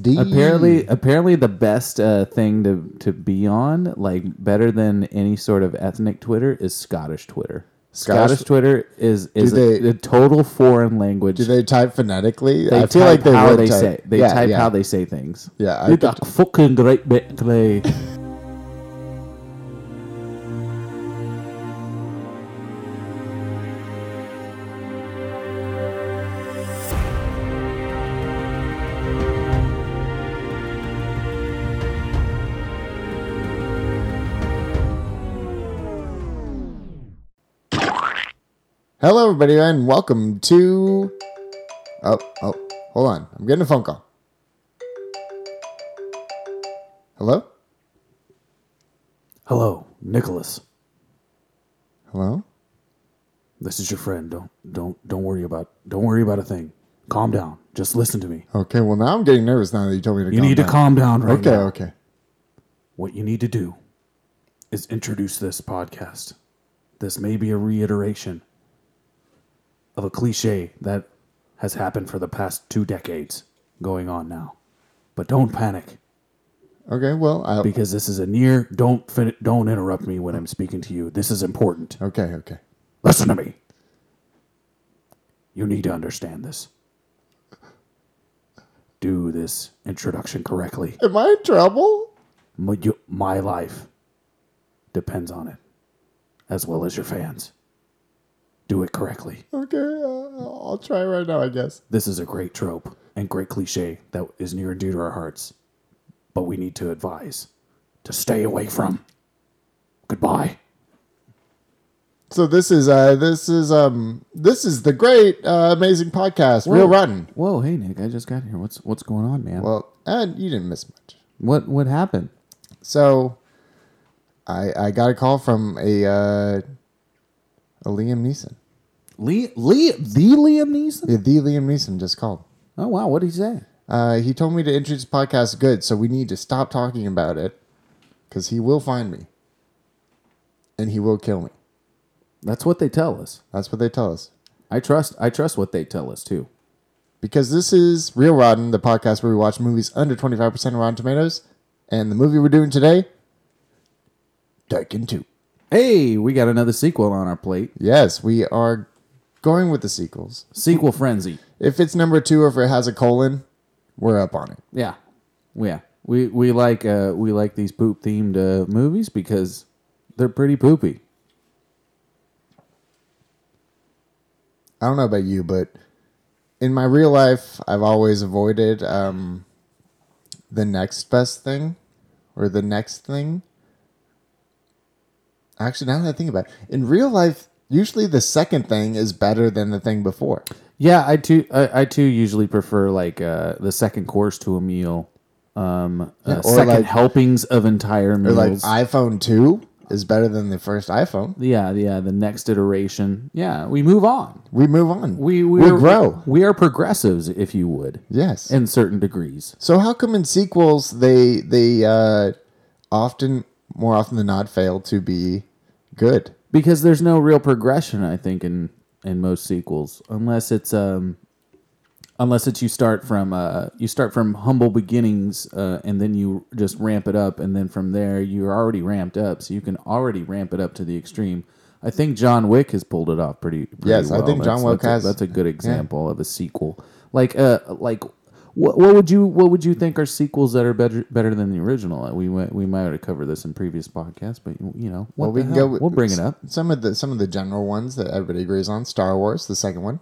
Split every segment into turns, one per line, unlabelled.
LSD. Mm.
Apparently, apparently the best uh, thing to to be on, like better than any sort of ethnic Twitter, is Scottish Twitter. Scottish,
Scottish-
Twitter is is a,
they-
a total foreign language.
do they type phonetically?
They
I feel
type
like they
how
would
they
type.
say. They
Yeah,
type
yeah.
how they say things.
Yeah, I
I
could-
fucking great bit clay.
Hello, everybody, and welcome to. Oh, oh, hold on. I'm getting a phone call. Hello?
Hello, Nicholas.
Hello?
This is your friend. Don't don't don't worry about don't worry about a thing. Calm down. Just listen to me.
Okay, well, now I'm getting nervous now that you told me to
You need to
down.
calm down right
Okay,
now.
okay.
What you need to do is introduce this podcast. This may be a reiteration of a cliche that has happened for the past two decades going on now. But don't panic
Okay, well, I.
because this is a near don't fin- don't interrupt me when I'm speaking to you. This is important.
Okay, okay.
Listen to me. You need to understand this. Do this introduction correctly.
Am I in trouble?
my, you- my life depends on it, as well as your fans. Do it correctly.
Okay, uh, I'll try right now, I guess.
This is a great trope and great cliche that is near and dear to our hearts, but we need to advise to stay away from. Goodbye.
So this is uh this is um this is the great uh, amazing podcast Real Rotten.
Whoa, hey Nick, I just got here. What's what's going on, man?
Well, and you didn't miss much.
what what happened?
So I I got a call from a uh a Liam Neeson.
Lee Lee the Liam Neeson?
The, the Liam Neeson just called.
Oh wow, what did he say?
Uh, he told me to introduce the podcast good, so we need to stop talking about it because he will find me and he will kill me.
That's what they tell us.
That's what they tell us.
I trust I trust what they tell us too.
because this is Real Rotten, the podcast where we watch movies under 25% of Rotten Tomatoes. And the movie we're doing today, Taken 2.
Hey, we got another sequel on our plate.
Yes, we are going with the sequels.
Sequel frenzy.
If it's number two or if it has a colon, we're up on it.
Yeah, yeah. We we like uh, we like these poop themed uh, movies because they're pretty poopy.
I don't know about you, but in my real life, I've always avoided um, the next best thing or the next thing. Actually, now that I think about it, in real life, usually the second thing is better than the thing before.
Yeah, I too I, I too usually prefer like uh, the second course to a meal, um, uh,
or
second
like-
helpings of entire
Or like
meals.
iPhone 2 is better than the first iPhone.
yeah, yeah. The next iteration. Yeah, we move on.
We move on.
We we,
we,
are-
grow.
We are progressives, if you would,
Yes.
in certain degrees.
so how come in sequels they they uh, often more often than not fail to be good?
because there's no real progression i think in in most sequels unless it's um unless it's you start from uh you start from humble beginnings uh and then you just ramp it up and then from there you're already ramped up so you can already ramp it up to the extreme i think john wick has pulled it off pretty, pretty
Yes, I
well.
think John
That's-
Wick
that's a-
has-
that's a good example of a sequel like uh like what, what would you what would you think are sequels that are better better than the original? We went, we might have covered this in previous podcasts, but you know what
Well, we
the
can
hell?
go. With
we'll bring it up.
Some of the some of the general ones that everybody agrees on: Star Wars, the second one,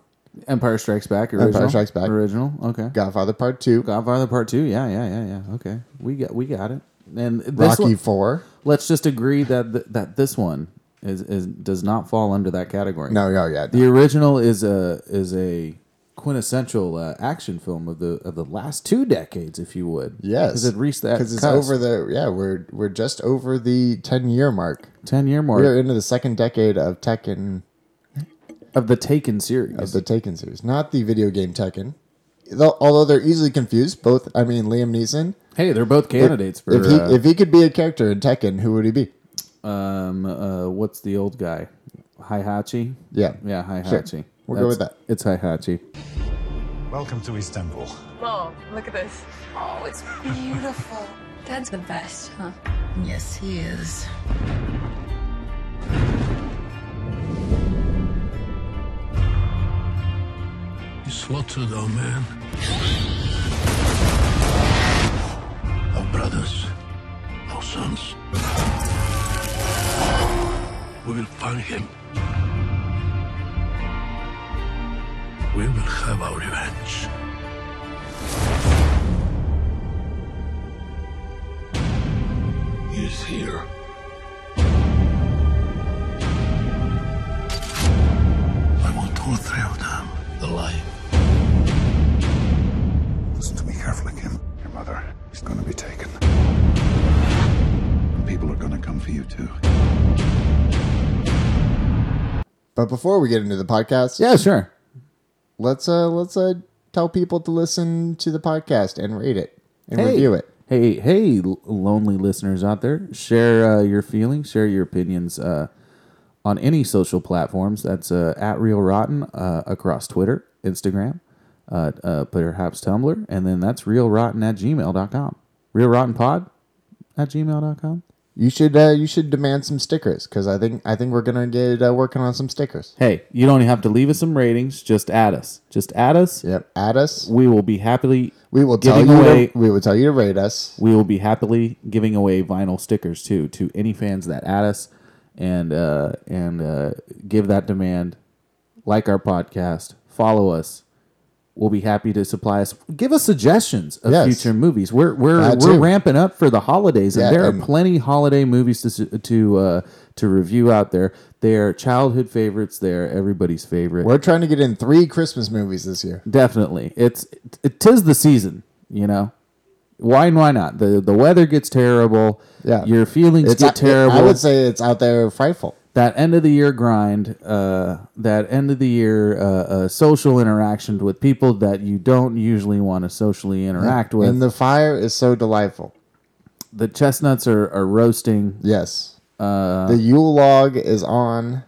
Empire Strikes Back. Original.
Strikes Back.
Original. Okay.
Godfather Part Two,
Godfather Part Two. Yeah, yeah, yeah, yeah. Okay, we got we got it. And this
Rocky
one,
Four.
let's just agree that th- that this one is is does not fall under that category.
No, no, yeah.
The original is a is a quintessential uh, action film of the of the last two decades, if you would.
Yes,
because it reached that
because it's over the yeah we're we're just over the ten year mark.
ten year mark
We're into the second decade of Tekken
of the Taken series.
of the Taken series, not the video game Tekken. Though, although they're easily confused, both. I mean, Liam Neeson.
hey, they're both candidates for
if he
uh,
if he could be a character in Tekken, who would he be?
um uh what's the old guy Hihachi?
Yeah.
Yeah, Hihachi.
We'll go with
That's- It's Hihachi.
Welcome to Istanbul.
Mom, look at this.
Oh, it's beautiful. Dad's the best, huh?
Yes, he is.
You slaughtered our man. Our brothers. Our sons. We will find him. We will have our revenge. He is here. I want all three of them alive.
Listen to me carefully, Kim. Your mother is going to be taken. People are going to come for you, too.
But before we get into the podcast,
Yeah, sure.
let's uh let's uh tell people to listen to the podcast and rate it and
Hey.
review it.
Hey, hey, l- lonely listeners out there, share uh, your feelings, share your opinions uh, on any social platforms. That's uh, at Real Rotten uh, across Twitter, Instagram, uh, uh, perhaps Tumblr, and then that's Real Rotten at gmail.com. Real Rotten Pod at gmail.com.
You should uh, you should demand some stickers because I think I think we're gonna get uh, working on some stickers.
Hey, you don't have to leave us some ratings. Just add us. Just add us.
Yep, at us.
We will be happily.
We will tell
Giving
you.
away-
To, we will tell you to rate us.
We will be happily giving away vinyl stickers too to any fans that add us and uh, and uh, give that demand, like our podcast, follow us. We'll be happy to supply us. Give us suggestions of
Yes.
future movies. We're we're
That
we're
too.
ramping up for the holidays,
Yeah,
and there
and-
are plenty holiday movies to su- to uh, to review out there. They're childhood favorites. They're everybody's favorite.
We're trying to get in three Christmas movies this year.
Definitely, it's it, tis the season. You know, why why not? the The weather gets terrible.
Yeah.
your feelings
It's
get
not
terrible.
I would say it's out there frightful.
that end of the year grind, uh, that end of the year uh, uh, social interaction with people that you don't usually want to socially interact with.
And the fire is so delightful.
the chestnuts are, are roasting.
Yes.
Uh,
the Yule log is on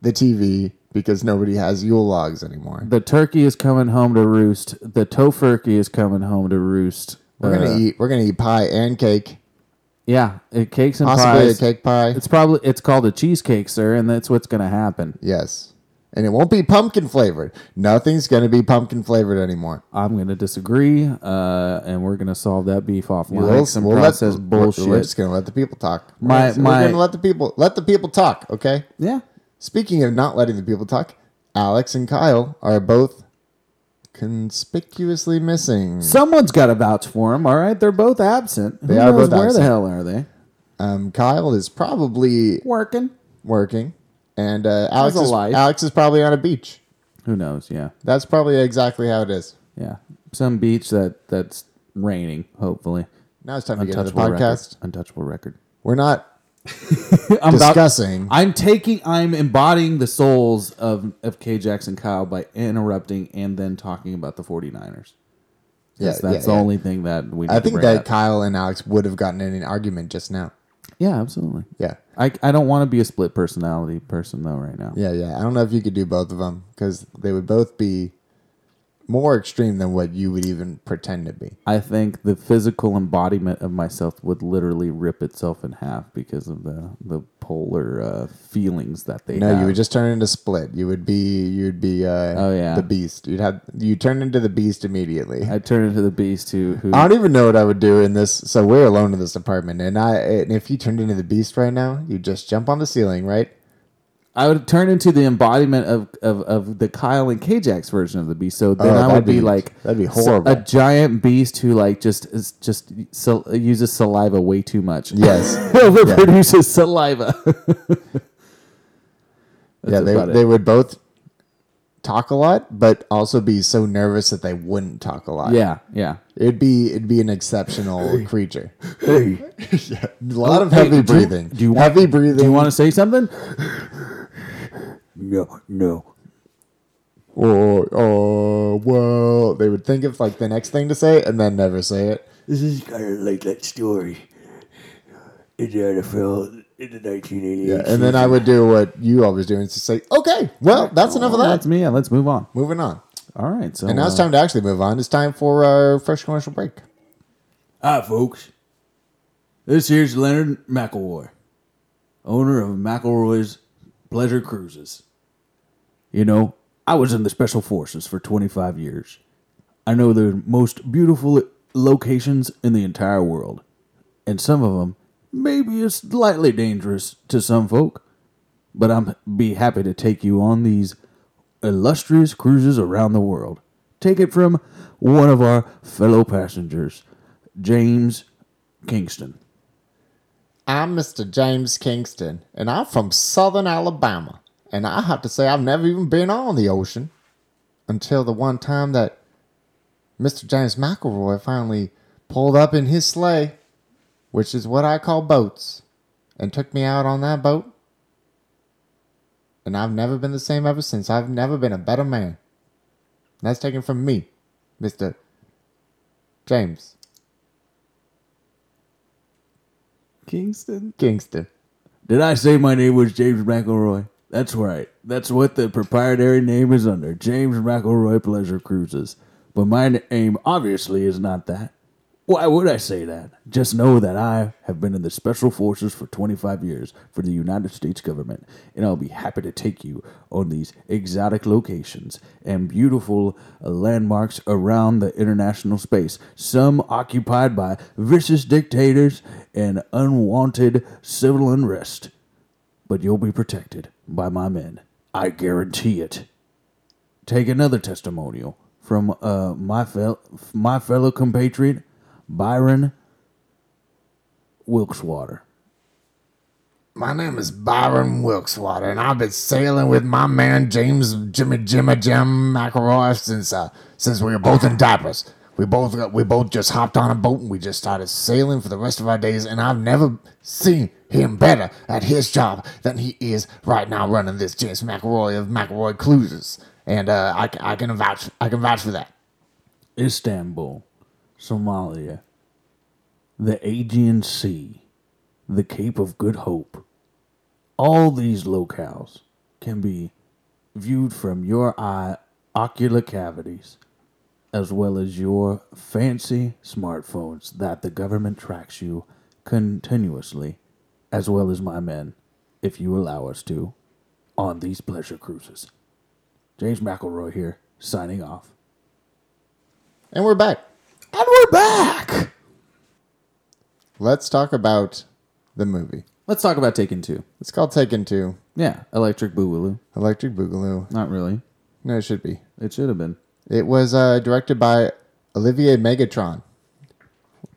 the TV because nobody has Yule logs anymore.
The turkey is coming home to roost. The tofurkey is coming home to roost.
We're
Uh,
gonna eat. We're gonna eat pie and cake.
yeah, it, cakes and
Possibly
pies.
a cake pie.
It's probably it's called a cheesecake, sir, and that's what's going to happen.
yes, and it won't be pumpkin flavored. Nothing's gonna be pumpkin flavored anymore.
I'm going to disagree, uh, and we're going to solve that beef offline.
We'll-
Some
we'll let-
process
we're-
bullshit.
We're just gonna let the people talk. We're
My-
just- we're
my-
gonna let the people let the people talk. Okay.
yeah,
Speaking of not letting the people talk, Alex and Kyle are both conspicuously missing.
someone's got to vouch for them. All right, they're both absent. Who
They are
knows
both
where
absent.
the hell are they?
Um, Kyle is probably
Working.
working, and uh, Alex
Has a
is
life.
Alex is probably on a beach.
Who knows? Yeah,
That's probably exactly how it is.
yeah. Some beach that that's raining. Hopefully,
Now it's time to get into the
Untouchable record.
podcast.
Untouchable record.
We're not
I'm about-
discussing.
I'm taking. I'm embodying the souls of of K Jackson Kyle by interrupting and then talking about the 49ers.
yeah,
Yes, that's the
yeah, yeah.
only thing that we. Need
I
to
think
bring
that
up.
Kyle and Alex would have gotten in an argument just now.
yeah, absolutely.
Yeah,
I, I don't want to be a split personality person though right now.
yeah, yeah. I don't know if you could do both of them because they would both be more extreme than what you would even pretend to be.
I think the physical embodiment of myself would literally rip itself in half because of the the polar uh, feelings that they
No,
have.
you would just turn into split. You would be, you would be. Uh,
Oh, yeah.
the beast. You'd have you turn into the beast immediately.
I turn into the beast who who
I don't even know what I would do in this. So we're alone in this apartment, and I and if you turned into the beast right now, you just jump on the ceiling, right?
I would turn into the embodiment of, of, of the Kyle and Kajak's version of the beast. So then
Oh,
I
that'd
would be,
be-
like
that'd be
s-
horrible.
A giant beast who like just is just so, uses saliva way too much.
Yes.
overproduces saliva.
yeah,
That's
they
about it.
they would both talk a lot, but also be so nervous that they wouldn't talk a lot.
yeah, yeah.
it'd be it'd be an exceptional creature. Yeah, a lot of heavy
Hey, do you-
breathing.
do you
heavy
Do
breathing?
you want to say something?
No, no.
or, or Oh, well, they would think of like the next thing to say and then never say it.
This is kind of like that story in the NFL in the 1988.
Yeah, and then I would do what you always do and just say, "Okay, well, that's enough of that."
That's me. Yeah, let's move on.
Moving on.
All right. So
And now it's time to actually move on. It's time for our fresh commercial break.
uh, Hi, folks. This here's Leonard McElroy, owner of McElroy's Pleasure Cruises. You know, I was in the Special Forces for 25 years. I know the most beautiful locations in the entire world, and some of them maybe is slightly dangerous to some folk, but I'm be happy to take you on these illustrious cruises around the world. Take it from one of our fellow passengers, James Kingston.
I'm Mr. James Kingston, and I'm from southern Alabama. And I have to say, I've never even been on the ocean until the one time that Mr. James McElroy finally pulled up in his sleigh, which is what I call boats, and took me out on that boat. And I've never been the same ever since. I've never been a better man. And that's taken from me, Mr. James
Kingston?
Kingston.
Did I say my name was James McElroy? That's right. That's what the proprietary name is under James McElroy Pleasure Cruises. But my name obviously is not that. Why would I say that? Just know that I have been in the Special Forces for 25 years for the United States government, and I'll be happy to take you on these exotic locations and beautiful uh, landmarks around the international space, some occupied by vicious dictators and unwanted civil unrest. But you'll be protected by my men. I guarantee it take another testimonial from uh, my fel- my fellow compatriot Byron Wilkeswater.
My name is Byron Wilkeswater, and I've been sailing with my man James Jimmy Jimmy Jim McElroy since uh, since we were both in diapers. We both got, we both just hopped on a boat and we just started sailing for the rest of our days. And I've never seen him better at his job than he is right now running this James McElroy of McElroy Cruises. And uh, I, c- I can vouch I can vouch for that.
Istanbul, Somalia, the Aegean Sea, the Cape of Good Hope. All these locales can be viewed from your eye ocular cavities as well as your fancy smartphones that the government tracks you continuously as well as my men if you allow us to on these pleasure cruises. James McElroy here signing off.
And we're back.
And we're back.
Let's talk about the movie.
Let's talk about Taken Two.
It's called Taken Two,
Yeah, Electric Boogaloo.
Electric Boogaloo.
Not really.
No, it should be.
It should have been
It was uh, directed by Olivier Megatron.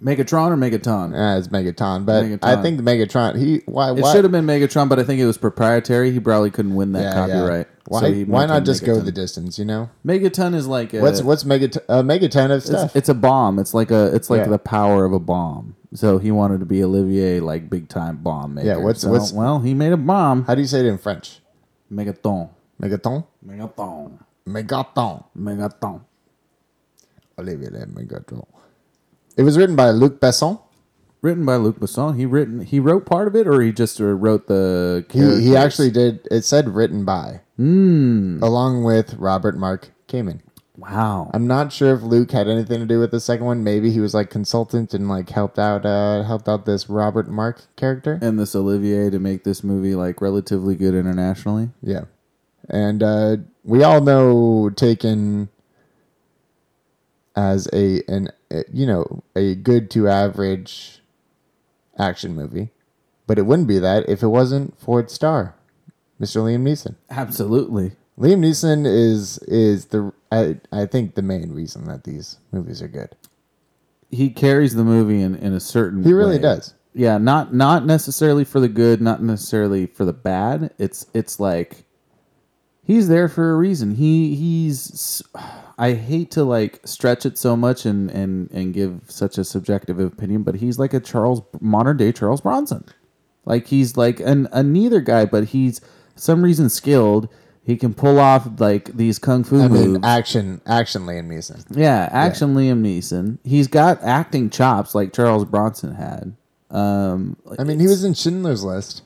Megatron or Megaton.
Uh, it's Megaton, but
Megaton.
I think the Megatron. He why
It
why
should have been Megatron, but I think it was proprietary. He probably couldn't win that
Yeah, yeah.
copyright.
Why
so he
why
went
not
to
just go
Megaton.
the distance? You know,
Megaton is like a,
what's what's Megaton? Uh, Megaton of stuff.
it's, it's a bomb. It's like a it's like
Yeah.
the power of a bomb. So he wanted to be Olivier, like big time bomb maker.
Yeah, what's-
So,
what's-
well, he made a bomb.
How do you say it in French?
Megaton,
Megaton,
Megaton,
Megaton,
Megaton.
Olivier Megaton. It was written by Luc Besson.
Written by Luc Besson. He written he wrote part of it, or he just uh, wrote the.
He he
characters?
actually did. It said written by,
Hmm.
along with Robert Mark Kamen.
wow.
I'm not sure if Luke had anything to do with the second one. Maybe he was like consultant and like helped out uh helped out this Robert Mark character.
and this Olivier to make this movie like relatively good internationally.
Yeah. And uh, we all know Taken as a an uh, you know a good to average action movie, but it wouldn't be that if it wasn't for its star, Mr. Liam Neeson.
Absolutely.
Liam Neeson is is the I I think the main reason that these movies are good.
He carries the movie in, in a certain
He really
way.
does.
Yeah, not not necessarily for the good, not necessarily for the bad. It's it's like he's there for a reason. He he's I hate to like stretch it so much and and and give such a subjective opinion, but he's like a Charles modern day Charles Bronson. Like he's like an a neither guy, but he's some reason skilled. He can pull off like these kung fu
I
moves.
mean, action action Liam Neeson.
Yeah, action Liam Neeson. He's got acting chops like Charles Bronson had. Um,
I mean, he was in Schindler's List.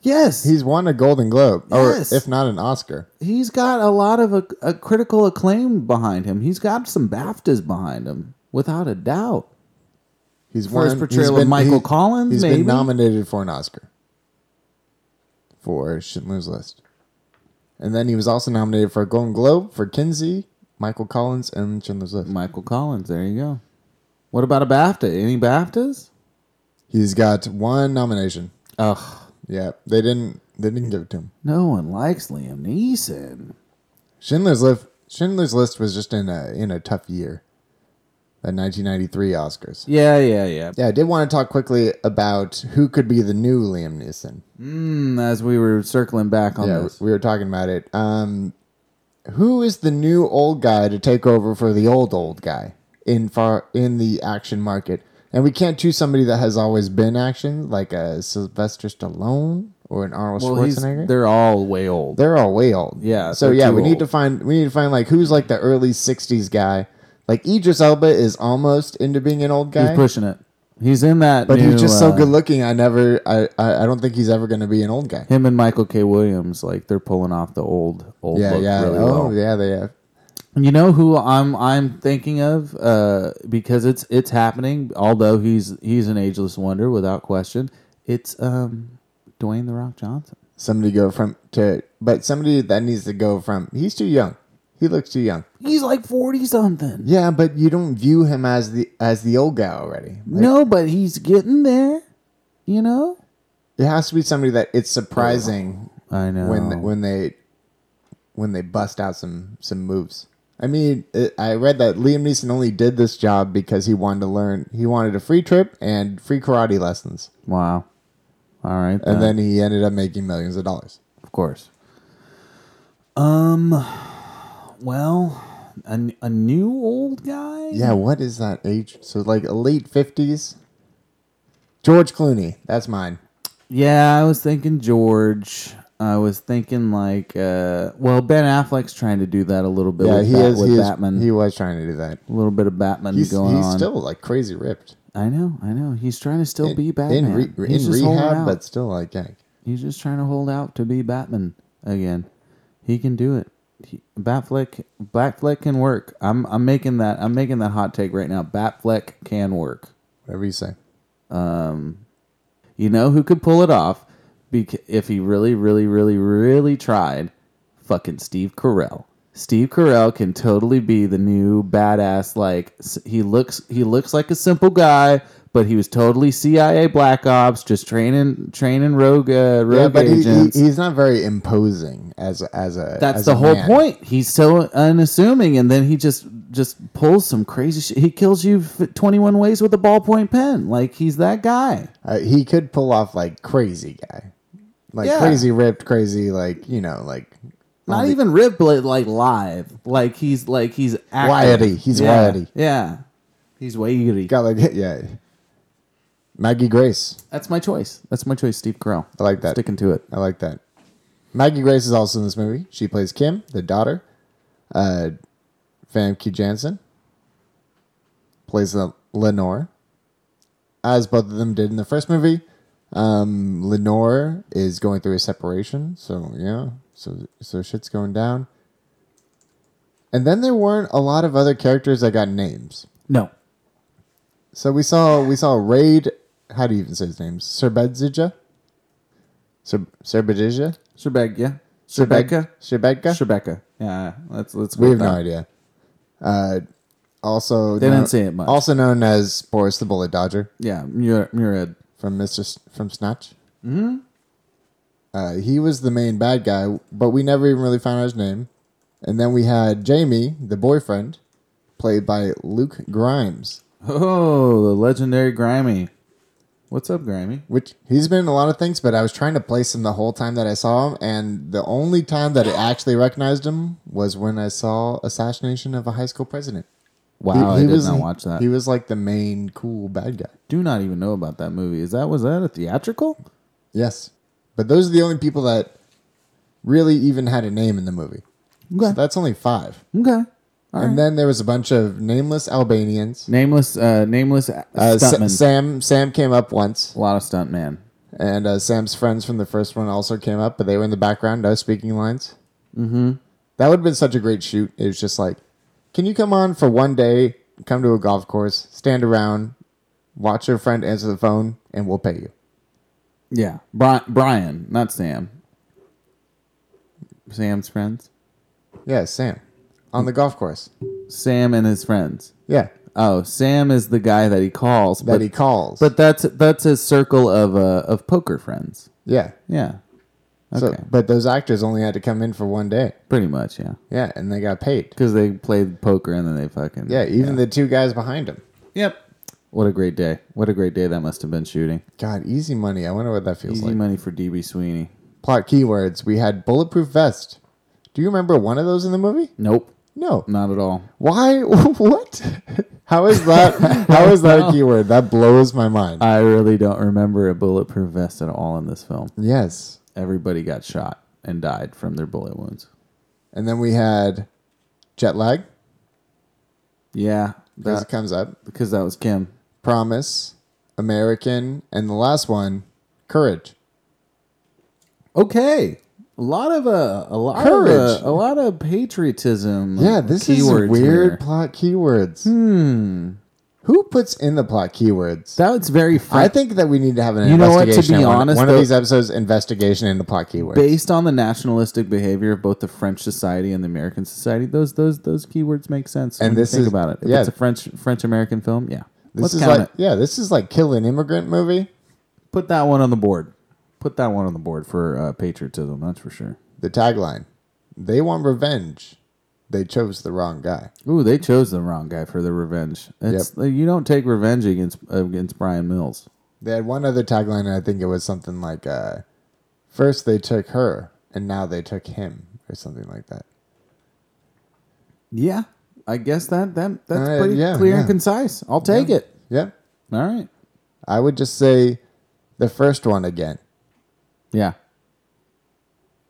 Yes,
He's won a Golden Globe,
Yes.
or if not an Oscar.
he's got a lot of a, a critical acclaim behind him. He's got some BAFTAs behind him, without a doubt.
He's
For his
won-
portrayal of Michael Collins,
He's
maybe?
been nominated for an Oscar for Schindler's List, and then he was also nominated for a Golden Globe for Kinsey, Michael Collins, and Schindler's List.
Michael Collins. There you go. What about a BAFTA? Any BAFTAs?
He's got one nomination.
Ugh,
Yeah, they didn't. They didn't give it to him.
no one likes Liam Neeson.
Schindler's List. Schindler's List was just in a in a tough year. The 1993 Oscars.
Yeah, yeah, yeah.
Yeah, I did want to talk quickly about who could be the new Liam Neeson.
Mm, as we were circling back on
Yeah,
this,
we were talking about it. Um, who is the new old guy to take over for the old old guy in far in the action market? And we can't choose somebody that has always been action, like a Sylvester Stallone or an Arnold
well, he's,
Schwarzenegger. They're,
they're all way old.
all way old.
Yeah,
So
they're
yeah,
too
we need
old.
to find we need to find like who's like the early '60s guy. Like Idris Elba is almost into being an old guy.
He's pushing it. He's in that.
But
new,
he's just so
uh,
good looking. I never, I, I, I don't think he's ever going to be an old guy.
Him and Michael K. Williams, like they're pulling off the old, old
Yeah,
look
yeah.
really
oh,
well.
yeah, they have.
You know who I'm I'm thinking of uh, because it's it's happening. Although he's he's an ageless wonder without question. It's um, Dwayne the Rock Johnson.
Somebody go from to, but somebody that needs to go from. He's too young. He looks too young.
He's like forty something.
Yeah, but you don't view him as the as the old guy already. Like,
no, but he's getting there. You know.
it has to be somebody that it's surprising
I know.
when when they when they bust out some some moves. I mean, it, I read that Liam Neeson only did this job because he wanted to learn. He wanted a free trip and free karate lessons,
wow. All right.
and then he ended up making millions of dollars.
Of course. Um. Well, a, a new old guy.
Yeah, what is that age? So like late fifties. George Clooney, that's mine.
Yeah, I was thinking George. I was thinking like, uh, well, Ben Affleck's trying to do that a little bit.
Yeah,
with
he
Bat-
is.
with
He, is
Batman.
he was trying to do that.
a little bit of Batman
He's,
going
he's
on.
still like crazy ripped.
I know, I know. He's trying to still be Batman.
in, re-
he's
in
just holding
rehab,
out.
but still like yeah.
he's just trying to hold out to be Batman again. He can do it. He, Batfleck, Batfleck can work. I'm, I'm making that. I'm making that hot take right now. Batfleck can work.
Whatever you say.
You know who could pull it off bec- if he really, really, really, really tried? Fucking Steve Carell. Steve Carell can totally be the new badass. Like s- he looks, he looks like a simple guy, but he was totally CIA black ops, just training, training rogue, uh,
Yeah,
rogue
but he, he,
agents.
he's not very imposing as a- as a.
That's
as
the
a
whole
man.
point. He's so unassuming, and then he just just pulls some crazy shit. He kills you f- twenty one ways with a ballpoint pen. Like he's that guy.
Uh, he could pull off like crazy guy, like
Yeah.
crazy ripped, crazy like you know like
Not even ripped, but like live. Like he's like he's active.
Wiry. He's
yeah.
wiry.
Yeah, he's wiry.
got like yeah. Maggie Grace,
That's my choice. That's my choice. Steve Carell.
I like that.
Sticking to it.
I like that. Maggie Grace is also in this movie. She plays Kim, the daughter. Uh, Famke Janssen plays Le- Lenore, as both of them did in the first movie. Um, Lenore is going through a separation, so yeah, so so shit's going down. And then there weren't a lot of other characters that got names.
No.
So we saw we saw Raid. How do you even say his name? Serbedzija. Ser- Serbedzija.
Shebecca. Shebecca.
Shebeka.
Shebecca. Yeah. Let's let's.
We
go
have
with
no
that.
idea. Uh, also,
They didn't
known-
say it much.
Also known as Boris the Bullet Dodger
Yeah. Mur- Murad.
from Mister S- from Snatch. Mm-hmm. Uh, he was the main bad guy, but we never even really found out his name. And then we had Jamie, the boyfriend, played by Luke Grimes,
Oh, the legendary Grimy. What's up, Grimy?
which he's been in a lot of things, but I was trying to place him the whole time that I saw him, and the only time that I actually recognized him was when I saw Assassination of a High School President.
Wow, I did not watch that.
He was like the main cool bad guy.
Do not even know about that movie. Is that was that a theatrical?
Yes. But those are the only people that really even had a name in the movie. So
Okay.
that's only five.
Okay.
and then there was a bunch of nameless Albanians.
Nameless. Uh, nameless. Uh,
Uh, Sa-
stuntman.
Sam Sam came up once.
a lot of stuntman.
And uh, Sam's friends from the first one also came up, but they were in the background, no speaking lines. Mm-hmm. That would have been such a great shoot. It was just like, can you come on for one day, come to a golf course, stand around, watch your friend answer the phone, and we'll pay you.
Yeah, Bri- Brian, not Sam. Sam's friends.
Yeah, Sam. On the golf course.
Sam and his friends.
Yeah.
Oh, Sam is the guy that he calls.
That
but,
he calls.
But that's that's his circle of uh, of poker friends.
yeah.
Yeah. Okay.
So, but those actors only had to come in for one day.
Pretty much, yeah.
Yeah, and they got paid.
Because they played poker and then they fucking
Yeah, even the two guys behind him.
Yep. What a great day! What a great day that must have been shooting.
God, easy money. I wonder what that feels
Easy
like.
money for DB Sweeney.
Plot keywords. We had bulletproof vest. Do you remember one of those in the movie?
Nope,
No.
not at all.
Why? what? How is that? How is that a keyword? That blows my mind.
I really don't remember a bulletproof vest at all in this film.
yes.
Everybody got shot and died from their bullet wounds.
And then we had jet lag.
Yeah,
Because
that,
it comes up.
because that was Kim.
Promise, American, and the last one, courage.
Okay, a lot of uh, a lot
Courage.
of uh, a lot of patriotism.
Yeah, this is
keywords
weird
here.
plot keywords. Hmm. Who puts in the plot keywords?
That's very. Fr-
I think that we need to have an
You know what, to
investigation.
be
in one-
honest,
one,
though-
of these episodes, investigation into plot keywords.
based on the nationalistic behavior of both the French society and the American society, those those those keywords make sense.
And
when you
this
think
is-
about it. If
yeah.
it's a French French American film, yeah.
this
Let's
is
count
like
it.
yeah, this is like kill an immigrant movie.
Put that one on the board. Put that one on the board for uh, patriotism. That's for sure.
The tagline: They want revenge. They chose the wrong guy.
Ooh, they chose the wrong guy for their revenge. It's, You don't take revenge against against Brian Mills.
They had one other tagline, and I think it was something like, uh, first they took her, and now they took him, or something like that.
Yeah, I guess that that that's
Uh,
pretty
yeah,
clear and
yeah.
concise. I'll take it.
Yeah.
All right.
I would just say the first one again.
Yeah.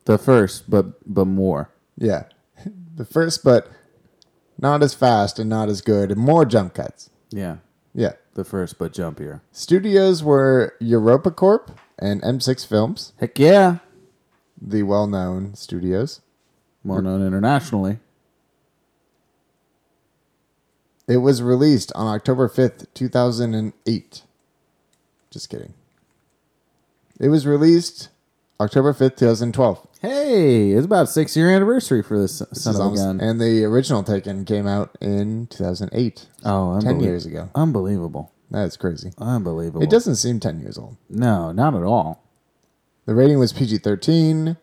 The first, but but more.
Yeah. The first, but not as fast and not as good, and more jump cuts.
Yeah.
Yeah.
The first, but jumpier.
Studios were Europa Corp and M6 Films,
Heck yeah.
the well known studios.
well known internationally.
It was released on October 5th, 2008. Just kidding. It was released October 5th, 2012.
Hey, it's about six year anniversary for this son
This is
of a
almost-
gun.
and the original Taken came out in 2008.
oh,
10
unbelie-
years ago.
Unbelievable.
That's crazy.
Unbelievable.
It doesn't seem 10 years old.
No, not at all.
The rating was PG 13,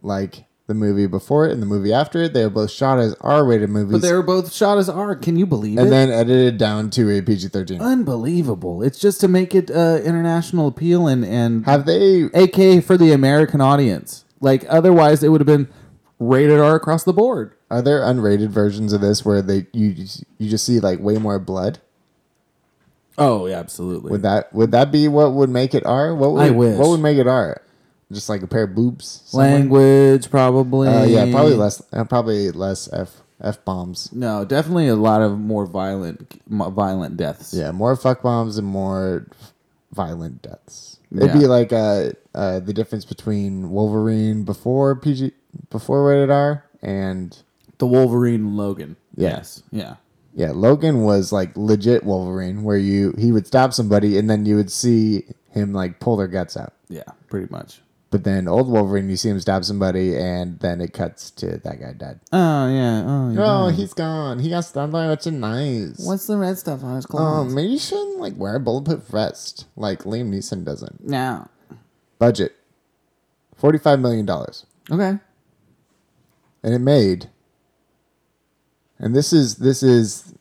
like the movie before it and the movie after it. They were both shot as R rated movies
But they were both shot as R. Can you believe it?
and then edited down to a PG 13.
Unbelievable. It's just to make it uh, international appeal and, and
Have they.
AKA for the American audience. Like, otherwise, it would have been rated R across the board.
Are there unrated versions of this where they you just- you just see like way more blood?
Oh, yeah, absolutely.
Would that would that be what would make it R? What would
I wish.
what would make it R? Just like a pair of boobs. somewhere?
Language, probably.
Uh, yeah, probably less. Uh, probably less f f bombs.
No, definitely a lot of more violent, m- violent deaths.
Yeah, more fuck bombs and more violent deaths. It'd be
Yeah.
like uh, uh, the difference between Wolverine before PG before rated R and
The Wolverine Logan.
Yeah.
Yes. Yeah.
yeah, Logan was like legit Wolverine, where you he would stab somebody and then you would see him like pull their guts out.
Yeah. Pretty much.
But then old Wolverine, you see him stab somebody and then it cuts to that guy dead.
Oh yeah. Oh yeah.
Oh, he's gone. He got stabbed by a bunch of knives.
What's the red stuff on his
Oh,
clothes?
maybe you shouldn't like wear a bulletproof vest like Liam Neeson doesn't.
now.
Budget forty-five million dollars,
Okay.
and it made. And this is this is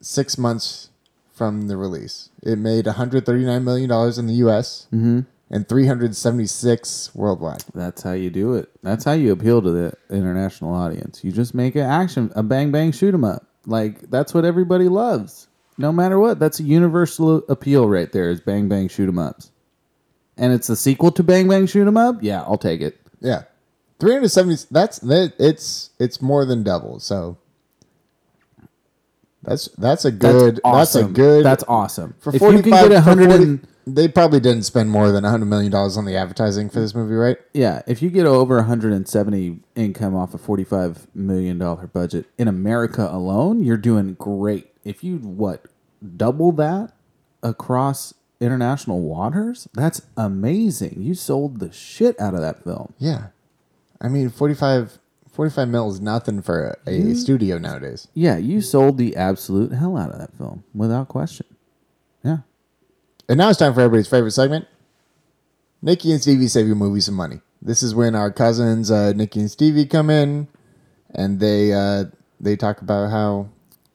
six months from the release. It made one hundred thirty-nine million dollars in the U.S.
Mm-hmm.
and three hundred seventy-six worldwide.
That's how you do it. That's how you appeal to the international audience. You just make an action, a bang bang shoot 'em up. Like that's what everybody loves. No matter what, that's a universal appeal right there. Is bang bang shoot 'em ups, and it's the sequel to Bang Bang Shoot 'em Up. Yeah, I'll take it.
Yeah, three hundred seventy. That's that. It's it's more than double. So. That's that's a good
That's awesome.
a good
That's awesome.
for
if you can
45
get
for
100
40
and,
They probably didn't spend more than $100 million on the advertising for this movie, right?
Yeah, if you get over 170 income off a 45 million dollar budget in America alone, you're doing great. If you what double that across international waters, that's amazing. You sold the shit out of that film.
Yeah. I mean, 45, 45 mil is nothing for a,
Mm-hmm.
a studio nowadays.
Yeah, you sold the absolute hell out of that film without question. Yeah.
And now it's time for everybody's favorite segment. Nikki and Stevie save your movie some money. This is when our cousins uh, Nikki and Stevie come in, and they uh, they talk about how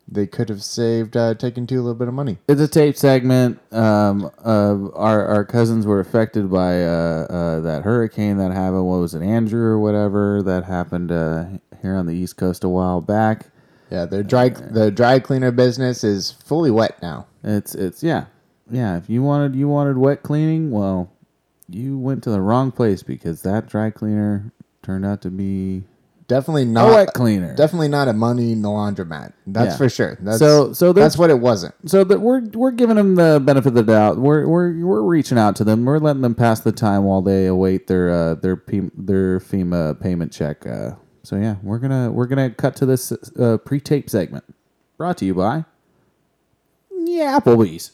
they could have saved uh, taking too a little bit of money.
It's a tape segment. Um, uh, our our cousins were affected by uh, uh, that hurricane that happened. What was it, Andrew or whatever that happened uh, here on the East Coast a while back?
Yeah, their dry the dry cleaner business is fully wet now.
It's it's yeah, yeah. If you wanted you wanted wet cleaning, well, you went to the wrong place because that dry cleaner turned out to be
Definitely
a
not
wet cleaner.
Definitely not a money in the laundromat. That's
Yeah.
for sure. That's,
So- so there's-
that's what it wasn't.
so that we're we're giving them the benefit of the doubt. We're we're we're reaching out to them. We're letting them pass the time while they await their uh, their P- their FEMA payment check. Uh, so yeah, we're gonna we're gonna cut to this uh, pre-tape segment. Brought to you by yeah, Applebee's.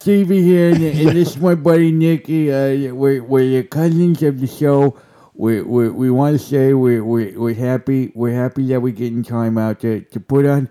Stevie here, and, and this is my buddy Nicky. Uh, we're, we're the cousins of the show. We, we, we want to say we're, we're, we're happy. We're happy that we're getting time out to, to put on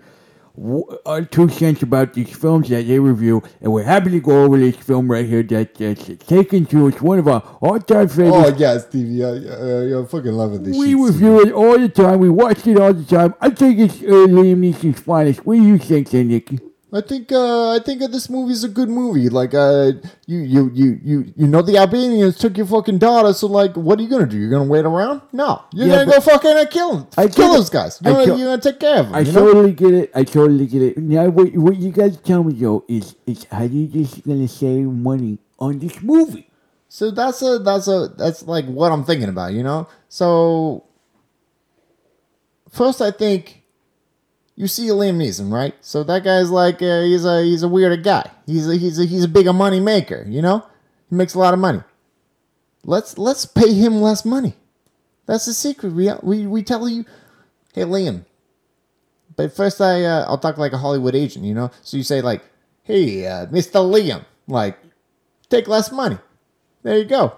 w- our two cents about these films that they review, and we're happy to go over this film right here that, that's taken to us, one of our all-time
Oh,
favorites.
yeah, Stevie, uh, uh, you're fucking loving this.
we review it all the time. We watch it all the time. I think it's uh, Liam Neeson's finest. What do you think, there, Nicky?
I think uh, I think that this movie's a good movie. Like uh, you you you you you know the Albanians took your fucking daughter, so like, what are you gonna do? You're gonna wait around? No, you're
Yeah,
gonna go fucking uh, kill them.
I
kill
get it.
those guys.
I
You're, gonna,
kill-
you're gonna take care of them.
I
you know?
totally get it. I totally get it. Now, what, what you guys tell me though is, is how you just gonna save money on this movie?
So that's a that's a that's like what I'm thinking about. You know. So first, I think you see Liam Neeson, right? So that guy's like uh, he's a he's a weirder guy. He's a, he's a, he's a bigger money maker. You know, he makes a lot of money. Let's let's pay him less money. That's the secret. We we we tell you, hey Liam. But first, I uh, I'll talk like a Hollywood agent. You know, so you say like, hey, uh, Mister Liam, like, take less money. There you go.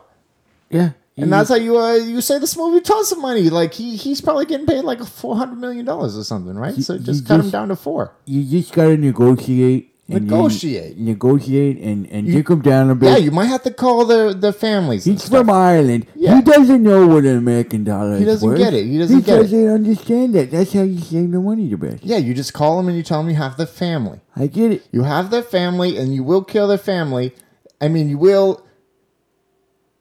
Yeah,
And that's how you uh, you say this movie tons of money. Like he he's probably getting paid like four hundred million dollars or something, right? so
you
just cut him
just-
down to four.
You just gotta negotiate. and you-
Negotiate.
negotiate and and take him down a bit.
Yeah, you might have to call the the families. and
He's
stuff.
from Ireland.
Yeah.
He doesn't know what an American dollar is.
He doesn't
worth.
get it. He doesn't get it.
doesn't understand that. That's how you save the money, the best.
yeah, you just call them and you tell them you have the family.
I get it.
You have their family, and you will kill their family. I mean, you will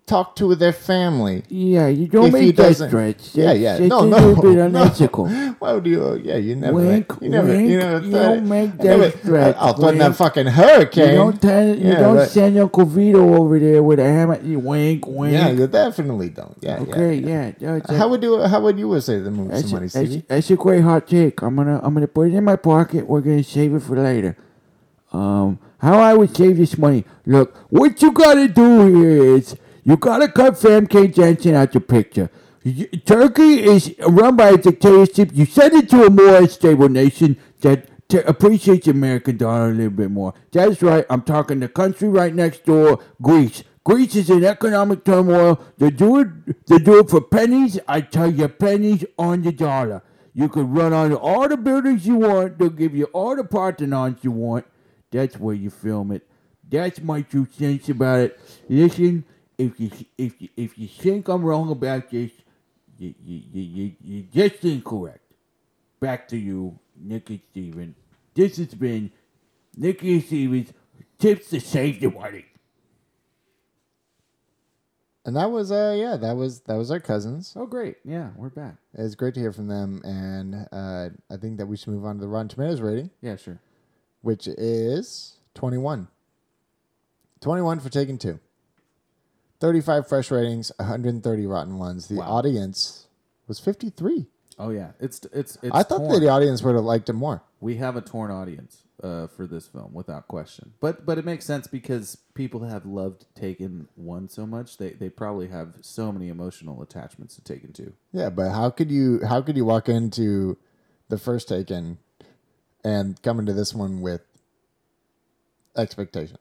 talk to their family.
Yeah, you don't
If he
make that
doesn't-
stretch.
Yeah,
That's-
yeah.
that's
No,
a
no,
little bit
no.
unethical.
Why would you? Uh, yeah, you never.
Wink,
you never. you
wink,
never.
you
thought
don't
it.
make
I never-
that threat,
I'll threaten that
wink.
fucking hurricane.
You don't tell, you
Yeah,
don't
that-
send Uncle Vito over there with a hammer. You wink, wink.
Yeah, you definitely don't. Yeah, yeah.
okay, yeah. that's a-
How would you? How would you would say the movie?
that's,
Somebody,
a, that's,
Stevie.
that's a great hot take. I'm gonna I'm gonna put it in my pocket. We're gonna save it for later. Um, how I would save this money? Look, what you gotta do here is you gotta cut Famke Jensen out the picture. You- Turkey is run by a dictatorship. You send it to a more stable nation that t- appreciates the American dollar a little bit more. That's right. I'm talking the country right next door, Greece. Greece is in economic turmoil. They do it. They do it for pennies. I tell you, pennies on the dollar. You can run on all the buildings you want. They'll give you all the Parthenons you want. That's where you film it. That's my two cents about it. Listen, if you if you, if you think I'm wrong about this, you you, you, you you're just incorrect. Back to you, Nicky Steven. This has been Nicky Stevens tips to save the money.
And that was, uh, yeah, that was that was our cousins.
Oh great, yeah, we're back.
It's great to hear from them, and uh, I think that we should move on to the Rotten Tomatoes rating,
Yeah, sure.
which is twenty one. Twenty one for taking two. Thirty five fresh ratings, one hundred and thirty rotten ones. The audience was fifty three.
Oh yeah, it's it's it's.
I thought
torn.
that the audience would have liked it more.
we have a torn audience. uh, for this film without question. But but it makes sense because people have loved Taken One so much they they probably have so many emotional attachments to Taken Two.
Yeah, but how could you how could you walk into the first Taken and come into this one with expectations?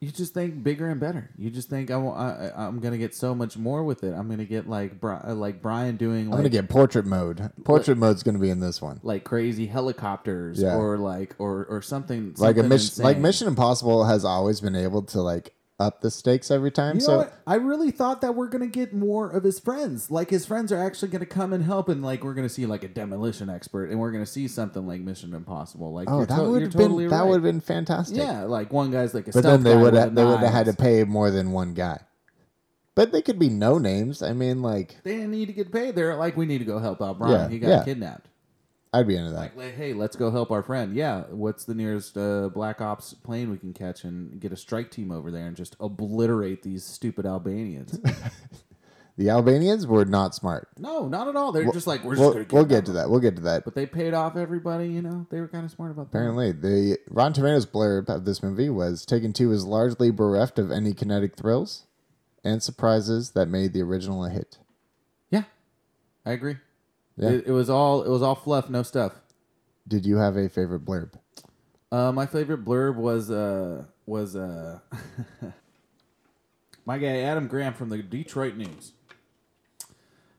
You just think bigger and better. You just think I wa- I, I am gonna get so much more with it. I'm gonna get like Bri- uh, like Brian doing
I'm gonna
like,
get portrait mode. Portrait mode's gonna be in this one.
like crazy helicopters
Yeah.
or like or or something
Like a
something
mission, like
insane.
Mission Impossible has always been able to like up the stakes every time.
You know
so
what? I really thought that we're gonna get more of his friends. Like his friends are actually gonna come and help, and like we're gonna see like a demolition expert, and we're gonna see something like Mission Impossible. Like
oh,
you're
that
to-
would
you're
have been
totally
that
right.
would have been fantastic.
yeah. Like one guy's like a
but
stealth
then they
guy
would
with a
have they would have had to
knife.
pay more than one guy. But they could be no names. I mean, like
They didn't need to get paid. They're like, we need to go help out Brian.
Yeah,
he got
yeah.
kidnapped.
I'd be into that.
Like, like, hey, let's go help our friend. Yeah, what's the nearest uh, Black Ops plane we can catch and get a strike team over there and just obliterate these stupid Albanians?
The Albanians were not smart.
no, not at all. They're just like, we're
We'll,
just gonna
we'll
kidnap
get to that. We'll get to that.
But they paid off everybody, you know. They were kind of smart about that.
Apparently, the Rotten Tomatoes blurb of this movie was Taken 2 is largely bereft of any kinetic thrills and surprises that made the original a hit.
Yeah, I agree.
Yeah.
It, it was all it was all fluff, no stuff.
Did you have a favorite blurb?
Uh, my favorite blurb was uh was uh my guy Adam Graham from the Detroit News.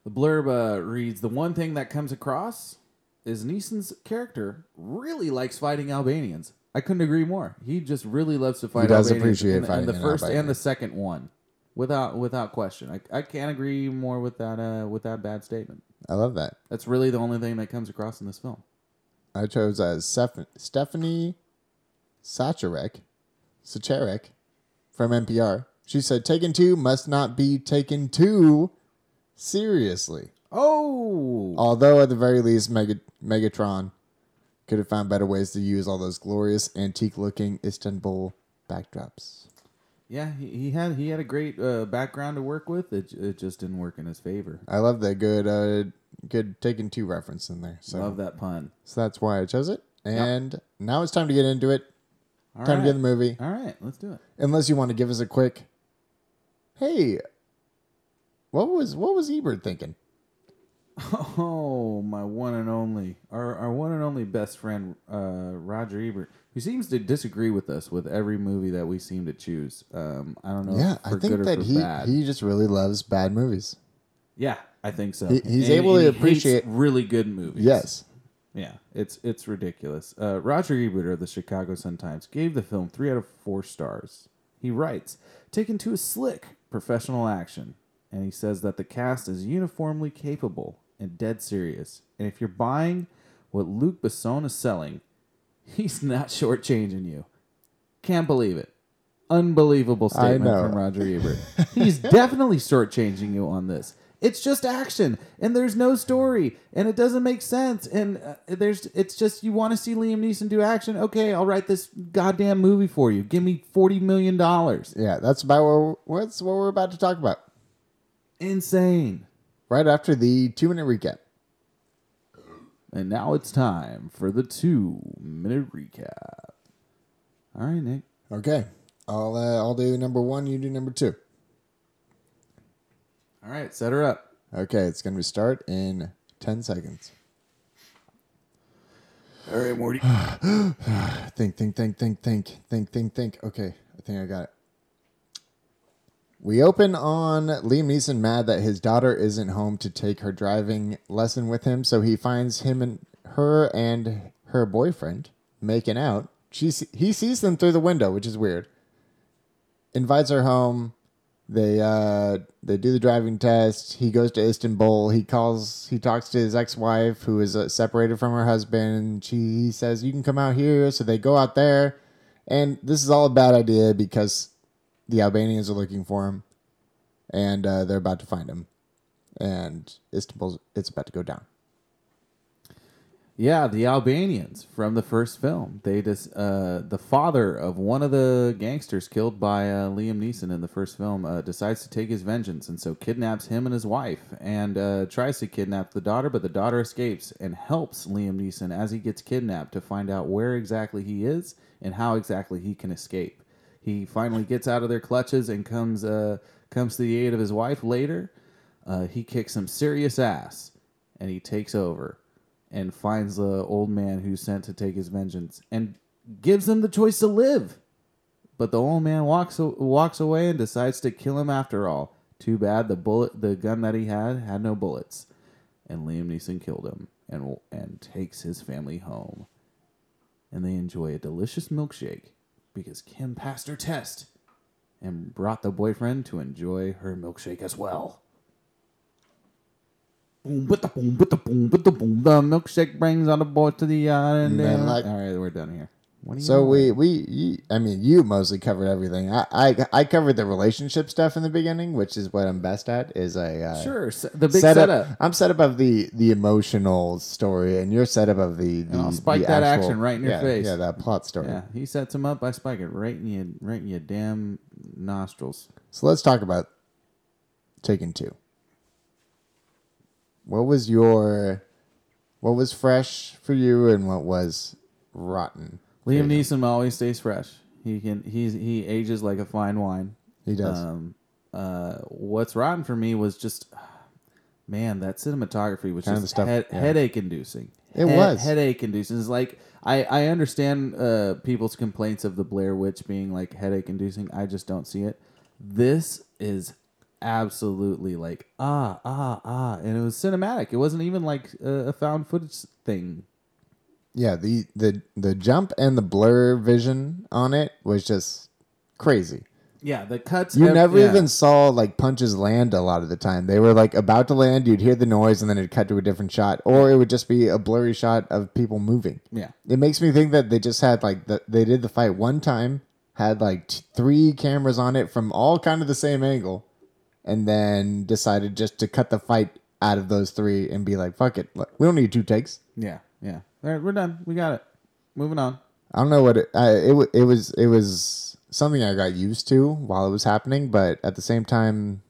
The blurb uh, reads: "The one thing that comes across is Neeson's character really likes fighting Albanians. I couldn't agree more. He just really loves to fight.
does
Albanians
appreciate
and, and
fighting
the
an
first
Albanian.
and the second one, without without question. I, I can't agree more with that uh, with that bad statement.
I love that.
That's really the only thing that comes across in this film.
I chose uh, Steph- Stephanie Sacharek, Sacharek from NPR. She said, Taken 2 must not be taken too seriously.
Oh,
Although, at the very least, Mega- Megatron could have found better ways to use all those glorious antique looking Istanbul backdrops.
Yeah, he, he had he had a great uh, background to work with. It, it just didn't work in his favor.
I love that good, uh, good Taken 2 reference in there. So,
Love that pun.
so that's why I chose it. And now it's time to get into it.
All
time to get
right.
the movie.
All right, let's do it.
unless you want to give us a quick hey what was what was ebert thinking
Oh, my one and only, our our one and only best friend, uh, Roger Ebert, who seems to disagree with us with every movie that we seem to choose. Um, I don't know.
yeah
if
i
for
think
good or
that
for
he
bad.
he just really loves bad movies
Yeah, I think so.
He- he's able to
he hates
appreciate-
really good movies.
yes
Yeah, it's it's ridiculous. Uh, Roger Ebert of the Chicago Sun Times gave the film three out of four stars. He writes, taken to a slick professional action, and he says that the cast is uniformly capable and dead serious. And if you're buying what Luc Besson is selling, he's not shortchanging you. Can't believe it. Unbelievable
I
statement
know.
from Roger Ebert. He's definitely shortchanging you on this. It's just action, and there's no story, and it doesn't make sense. And uh, there's, it's just you want to see Liam Neeson do action. Okay, I'll write this goddamn movie for you. Give me forty million dollars.
yeah that's about what we're, that's what we're about to talk about
Insane.
right after the two minute recap
And now it's time for the two minute recap. All right, Nick.
okay i'll uh, i'll do number one you do number two
All right, set her up.
okay it's gonna start in 10 seconds
All right, Morty.
think, think, think, think, think, think, think, think. Okay, I think I got it. We open on Liam Neeson mad that his daughter isn't home to take her driving lesson with him, so he finds him and her and her boyfriend making out. She se- he sees them through the window, which is weird. Invites her home. They uh they do the driving test. He goes to Istanbul. He calls. He talks to his ex-wife, who is uh, separated from her husband. She says, "You can come out here." So they go out there, and this is all a bad idea because the Albanians are looking for him, and uh, they're about to find him, and Istanbul's it's about to go down.
Yeah, the Albanians from the first film. They just uh, the father of one of the gangsters killed by uh, Liam Neeson in the first film uh, decides to take his vengeance, and so kidnaps him and his wife, and uh, tries to kidnap the daughter, but the daughter escapes and helps Liam Neeson as he gets kidnapped to find out where exactly he is and how exactly he can escape. He finally gets out of their clutches and comes uh, comes to the aid of his wife later. Uh, he kicks some serious ass and he takes over and finds the old man who's sent to take his vengeance and gives him the choice to live. But the old man walks walks away and decides to kill him after all. Too bad the bullet the gun that he had had no bullets. And Liam Neeson killed him and and takes his family home. And they enjoy a delicious milkshake because Kim passed her test and brought the boyfriend to enjoy her milkshake as well. Boom, but the boom, but the boom, but the boom. The milkshake brings all the boys to the island.
then, like-
all right, we're done here. What do you
So
want?
we we you, I mean you mostly covered everything. I, I I covered the relationship stuff in the beginning, which is what I'm best at. Is I uh,
Sure, s- the big
setup.
setup.
I'm setup of the the emotional story, and your setup of the. the
I'll spike
the
that
actual-
action right in your
yeah,
face.
Yeah, that plot story.
Yeah, he sets him up. I spike it right in your right in your damn nostrils.
So let's talk about Taken Two. What was your, what was fresh for you, and what was rotten?
Liam Neeson always stays fresh. He can he's he ages like a fine wine.
He does.
Um, uh, what's rotten for me was just, man, that cinematography was
Kind of
just
stuff,
head,
yeah.
headache inducing.
It was.
headache inducing. It's like I I understand uh, people's complaints of the Blair Witch being like headache inducing. I just don't see it. This is absolutely like ah ah ah, and it was cinematic. It wasn't even like a, a found footage thing.
yeah, the the the jump and the blur vision on it was just crazy.
Yeah, the cuts.
You
ev-
never
yeah.
even saw like punches land a lot of the time. They were like about to land, you'd hear the noise, and then it'd cut to a different shot, or it would just be a blurry shot of people moving.
yeah.
It makes me think that they just had like the, they did the fight one time, had like t- three cameras on it from all kind of the same angle, and then decided just to cut the fight out of those three and be like, "Fuck it, Look, we don't need two takes."
Yeah, yeah. All right, we're done. We got it. Moving on.
I don't know what it I, it, wa- it was. It was something I got used to while it was happening, but at the same time,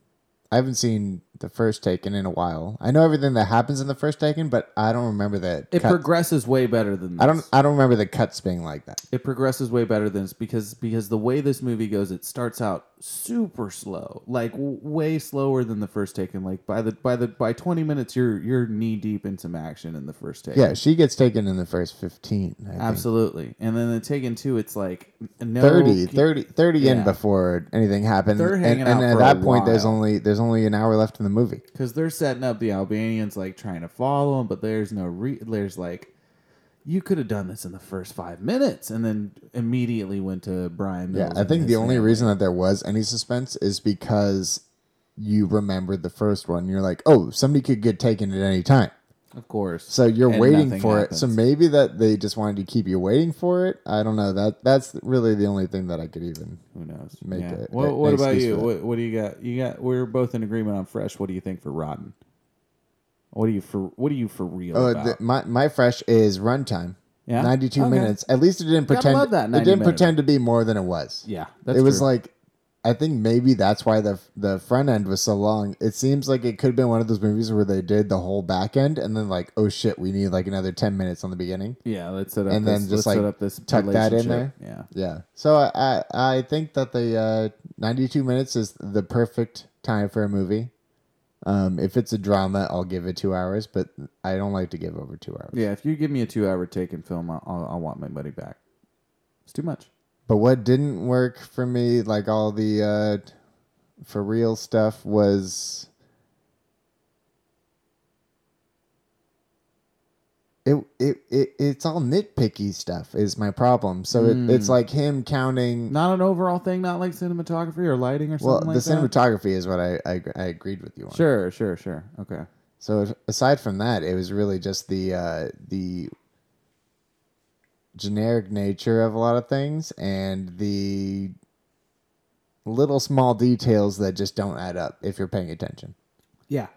I haven't seen the first Taken in a while. I know everything that happens in the first Taken, but I don't remember that.
It
cuts.
progresses way better than this.
I don't. I don't remember the cuts being like that.
It progresses way better than this because because the way this movie goes, it starts out super slow, like w- way slower than the first take. And like by the by the by twenty minutes, you're you're knee deep in some action in the first take.
Yeah, she gets taken in the first fifteen. I think.
absolutely. And then the taken two, it's like n- no
30, 30, 30
Yeah.
in before anything happened.
They're hanging
and, and
out
at
for a
that point, there's
while.
only there's only an hour left in the movie.
because they're setting up the Albanians like trying to follow them, but there's no re- there's like you could have done this in the first five minutes, and then immediately went to Brian.
Yeah,
Mills
I
and
think
his
the only
family.
reason that there was any suspense is because you remembered the first one. You're like, oh, somebody could get taken at any time.
of course.
So you're
And
waiting
nothing
for it. So
happens.
maybe that they just wanted to keep you waiting for it. I don't know. That that's really the only thing that I could even.
who knows?
make
yeah.
a-
what
a-
what
an
about
excuse
you?
for that.
What, what do you got? You got? We're both in agreement on fresh. What do you think for rotten? What do you for? What do you for real
Oh,
about?
the, my my fresh is runtime.
Yeah?
92
Okay.
minutes. At least it didn't pretend
love that
it
90
didn't
minute.
pretend to be more than it was.
yeah, that's
it was
true.
like I think maybe that's why the the front end was so long. It seems like it could have been one of those movies where they did the whole back end and then like, oh shit, we need like another ten minutes on the beginning.
yeah. Let's set up
and
this,
then
let's
just,
set
like,
up this
tuck that in
relationship. Yeah,
Yeah. So I I, I think that the uh, ninety two minutes is the perfect time for a movie. Um, if it's a drama, I'll give it two hours, but I don't like to give over two hours.
yeah. If you give me a two-hour taken film, I'll, I'll, I'll want my money back. It's too much.
But what didn't work for me, like all the uh, for real stuff, was it, it it it's all nitpicky stuff is my problem. So it, it's like him counting.
Hmm. Not an overall thing, not like cinematography or lighting or something
well,
like
the
that.
cinematography is what I, I I agreed with you on.
Sure, sure, sure. Okay.
So if- aside from that, it was really just the uh, the generic nature of a lot of things and the little small details that just don't add up if you're paying attention.
Yeah.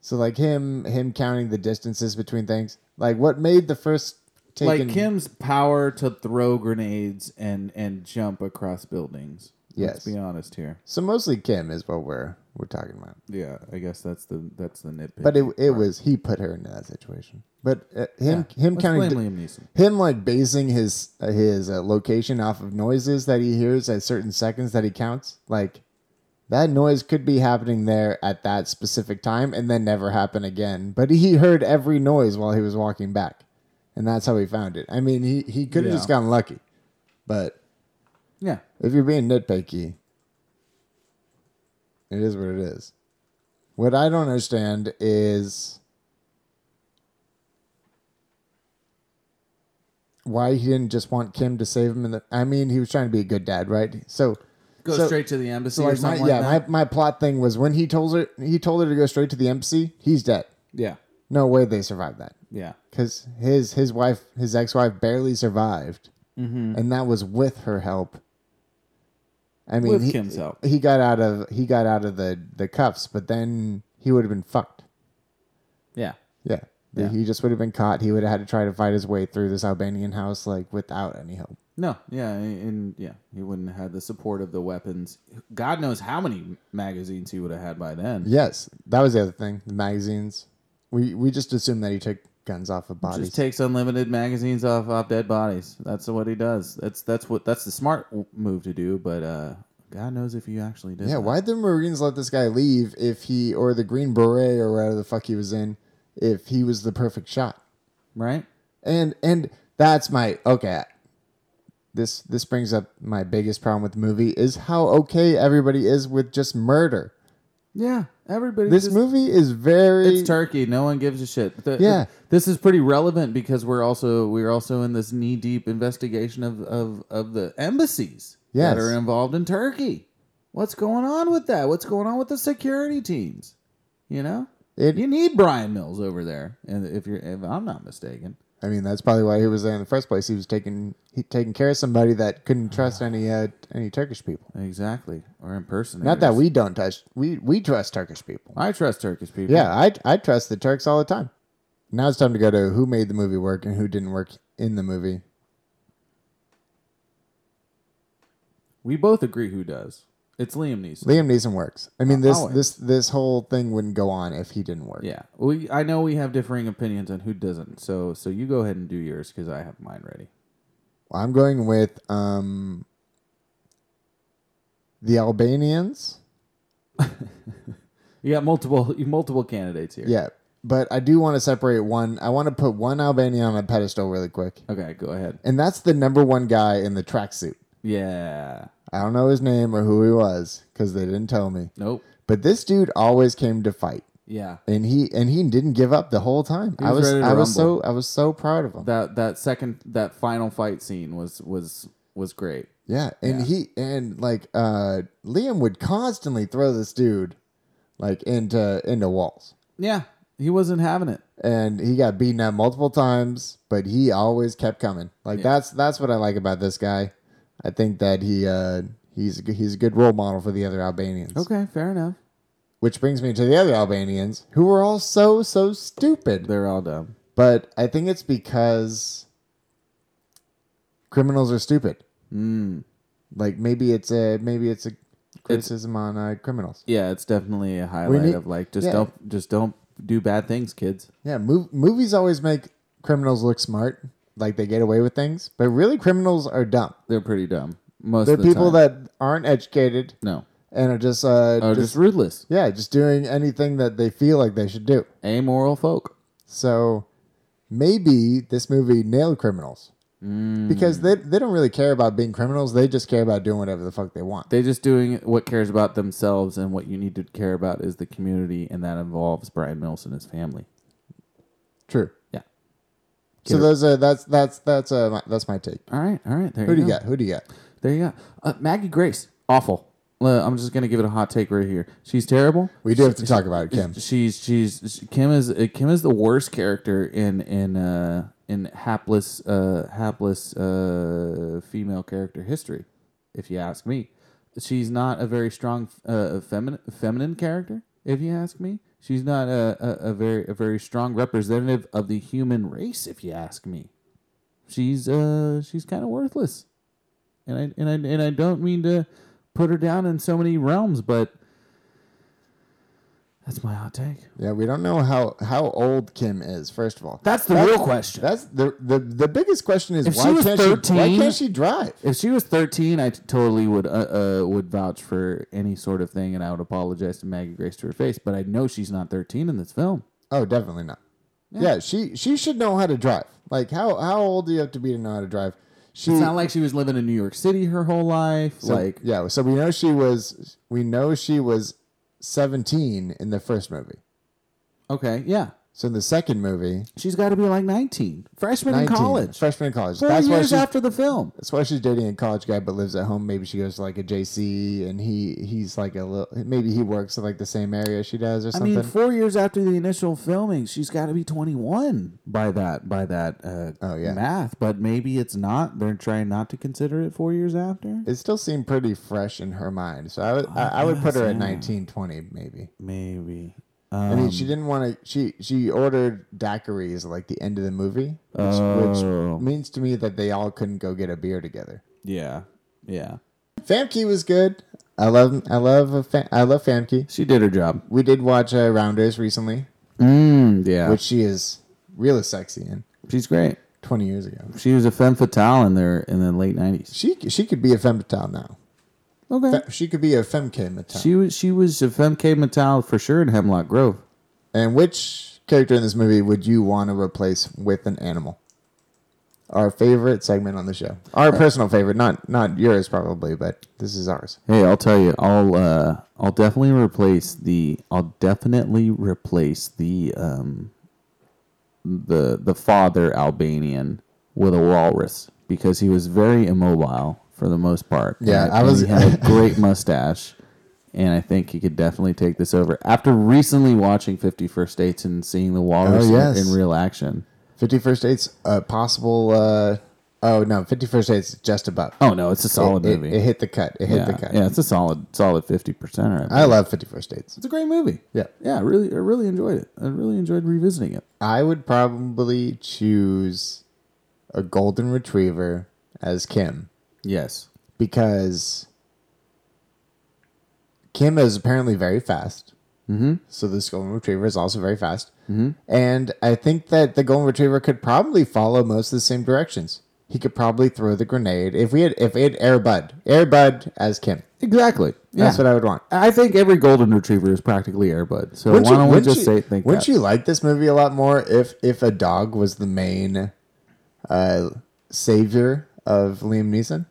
So like him him counting the distances between things. Like what made the first taken
Like Kim's power to throw grenades and and jump across buildings.
Yes.
Let's be honest here.
So mostly Kim is what we're we're talking about.
Yeah, I guess that's the that's the nitpick.
But it it was he put her into that situation. But uh, him him
Let's
counting di-
blame Liam Neeson.
him like basing his uh, his uh, location off of noises that he hears at certain seconds that he counts like that noise could be happening there at that specific time and then never happen again but he heard every noise while he was walking back and that's how he found it i mean he, he could have
Yeah.
just gotten lucky but
Yeah.
if you're being nitpicky it is what it is what i don't understand is why he didn't just want Kim to save him. In the, I mean, he was trying to be a good dad, right? So
Go
so-
straight to the
So
embassy or
like my,
something
yeah,
like that.
my, my plot thing was when he told her he told her to go straight to the embassy. He's dead.
yeah.
No way they survived that
Yeah.
because his his wife his ex wife barely survived,
Mm-hmm.
and that was with her help. I mean,
With
he,
Kim's help.
He got out of he got out of the the cuffs, but then he would have been fucked.
Yeah.
Yeah.
Yeah.
He just would have been caught. He would have had to try to fight his way through this Albanian house like without any help.
No, yeah, and yeah, he wouldn't have had the support of the weapons. God knows how many magazines he would have had by then.
Yes, that was the other thing. The magazines. We we just assumed that he took guns off of bodies.
Just takes unlimited magazines off off dead bodies. That's what he does. That's that's what that's the smart w- move to do. But uh, God knows if you actually did.
yeah,
that.
why'd the Marines let this guy leave if he or the Green Beret or whatever the fuck he was in, if he was the perfect shot?
Right?
And and that's my okay. This this brings up my biggest problem with the movie is how okay everybody is with just murder.
Yeah, everybody.
This
just-
movie is very
It's Turkey. No one gives a shit. The-
Yeah.
this is pretty relevant because we're also we're also in this knee deep investigation of of of the embassies
Yes.
that are involved in Turkey. What's going on with that? What's going on with the security teams? You know,
It-
you need Brian Mills over there, and if you're if I'm not mistaken,
I mean, that's probably why he was there in the first place. He was taking he taking care of somebody that couldn't trust any uh, any Turkish people.
exactly, or in person.
Not that we don't touch we we trust Turkish people.
I trust Turkish people.
Yeah, I I trust the Turks all the time. Now it's time to go to who made the movie work and who didn't work in the movie.
we both agree who does. It's Liam Neeson.
Liam Neeson works. I mean, this
Always.
this this whole thing wouldn't go on if he didn't work.
Yeah, we I know we have differing opinions on who doesn't. So so you go ahead and do yours because I have mine ready.
I'm going with um the Albanians.
You got multiple you multiple candidates here.
Yeah, but I do want to separate one. I want to put one Albanian on a pedestal really quick.
Okay, go ahead.
And that's the number one guy in the tracksuit.
Yeah.
I don't know his name or who he was because they didn't tell me.
Nope.
But this dude always came to fight,
Yeah.
and he and he didn't give up the whole time.
He
I
was
was I
ready to
was so
rumble.
I was so proud of him.
That that second that final fight scene was was was great.
yeah, and
yeah.
he and like uh Liam would constantly throw this dude like into into walls,
Yeah. He wasn't having it.
and he got beaten up multiple times, but he always kept coming. Like that's that's what I like about this guy. I think that he uh he's a good- he's a good role model for the other Albanians.
Okay, fair enough.
Which brings me to the other Albanians, who were all so, so stupid.
They're all dumb.
But I think it's because criminals are stupid. Like maybe it's a maybe it's a criticism on uh, criminals.
Yeah, it's definitely a highlight
need-
of like just
yeah.
don't just don't do bad things, kids.
Yeah, mov- movies always make criminals look smart, like they get away with things. But really, criminals are dumb.
They're pretty dumb. Most
They're
of the
people
time.
that aren't educated
no
and are just uh
are
just,
just ruthless,
yeah just doing anything that they feel like they should do.
amoral folk.
So maybe this movie nailed criminals
Mm.
because they, they don't really care about being criminals. They just care about doing whatever the fuck they want.
They're just doing what cares about themselves, and what you need to care about is the community, and that involves Brian Mills and his family.
True.
Yeah.
So those are that's that's that's uh my, that's my take.
All right, all right. There
Who do
you
you
go.
got? Who do you got?
There you go. Uh, Maggie Grace, awful. Uh, I'm just gonna give it a hot take right here. She's terrible.
We do have to talk about it, Kim.
She's she's she- Kim is uh, Kim is the worst character in in uh, in hapless uh, hapless uh, female character history, if you ask me. She's not a very strong uh, feminine feminine character, if you ask me. She's not a, a, a very a very strong representative of the human race, if you ask me. She's uh she's kind of worthless, and I and I and I don't mean to put her down in so many realms, but that's my hot take.
Yeah, we don't know how, how old Kim is. First of all,
That's the real question.
That's the the, the biggest question is
If she
why
was
can't she why
13
can't she drive?
If she was 13, I t- totally would uh, uh, would vouch for any sort of thing, and I would apologize to Maggie Grace to her face. But I know she's not 13 in this film.
Oh, definitely not. Yeah. she she should know how to drive. Like how how old do you have to be to know how to drive? She
It's not like she was living in New York City her whole life.
so-
like,
yeah. So we know she was we know she was seventeen in the first movie.
okay, yeah,
So in the second movie,
she's got to be like 19, freshman
19,
in college,
freshman in college.
four
that's why
years
she's
after the film.
That's why she's dating a college guy, but lives at home. Maybe she goes to like a JC, and he he's like a little. Maybe he works in like the same area she does, or
I
something.
mean, four years after the initial filming, she's got to be 21 by that by that uh,
Oh, yeah.
math. But maybe it's not. They're trying not to consider it four years after.
it still seemed pretty fresh in her mind, so I would I, I would put her at
yeah.
nineteen, twenty, maybe.
maybe.
I mean,
Um,
she didn't want to. She she ordered daiquiris at like the end of the movie, which,
Oh.
which means to me that they all couldn't go get a beer together.
Yeah, yeah.
Famke was good. I love I love a fa- I love Famke.
She did her job.
We did watch uh, Rounders recently,
Mm, yeah,
which she is really sexy in.
she's great.
Twenty years ago,
She was a femme fatale in their in the late nineties.
she she could be a femtile now.
Okay,
Fe- She could be a femke Mattel.
she was she was a femme K fatale for sure in Hemlock Grove.
and which character in this movie would you want to replace with an animal? Our favorite segment on the show. Our personal favorite, not not yours probably, but this is ours.
Hey, I'll tell you, I'll uh, I'll definitely replace the I'll definitely replace the um the the father Albanian with a walrus because he was very immobile for the most part.
Yeah,
And
I was-
and he had a great mustache, and I think he could definitely take this over after recently watching Fifty First Dates and seeing the walrus
Oh,
in-
yes.
in, real action.
Fifty First Dates, a possible. Uh, oh no, Fifty First Dates is just above.
Oh no, it's a solid
it, it-
movie.
It, hit the cut. It hit
yeah,
the cut.
yeah, it's a solid solid fifty percent.
I love Fifty First Dates.
It's a great movie.
Yeah.
Yeah, I really I really enjoyed it. I really enjoyed revisiting it.
I would probably choose a golden retriever as Kim.
Yes.
because Kim is apparently very fast. Mm-hmm. So this golden retriever is also very fast, mm-hmm. and I think that the golden retriever could probably follow most of the same directions. He could probably throw the grenade if we had if we had Air Bud, Air Bud as Kim.
Exactly. Yeah.
That's what I would want.
I think every golden retriever is practically Airbud. So why don't we
wouldn't
just
you-
say think
wouldn't
that?
you like this movie a lot more if if a dog was the main uh, savior of Liam Neeson?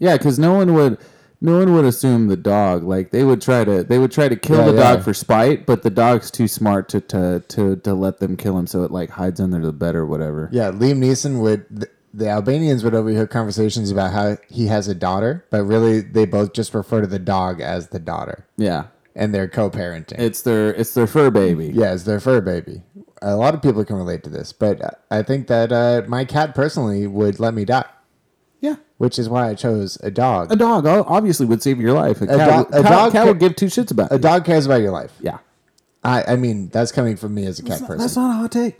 Yeah, because no one would no one would assume the dog. Like they would try to they would try to kill
Yeah,
the
yeah.
dog for spite, but the dog's too smart to to, to to let them kill him, so it like hides under the bed or whatever.
Yeah, Liam Neeson would. The, the Albanians would overhear conversations about how he has a daughter, but really they both just refer to the dog as the daughter,
Yeah.
and they're co-parenting.
It's their it's their fur baby.
yeah, it's their fur baby. A lot of people can relate to this, but I think that uh, my cat personally would let me die,
Yeah.
which is why I chose a dog.
A dog o- obviously would save your life. A, cat,
dog- a
cat-
dog
cat
ca-
would give two shits about
A
it.
dog cares about your life.
Yeah.
I, I mean, that's coming from me as a cat person.
That's not a hot take.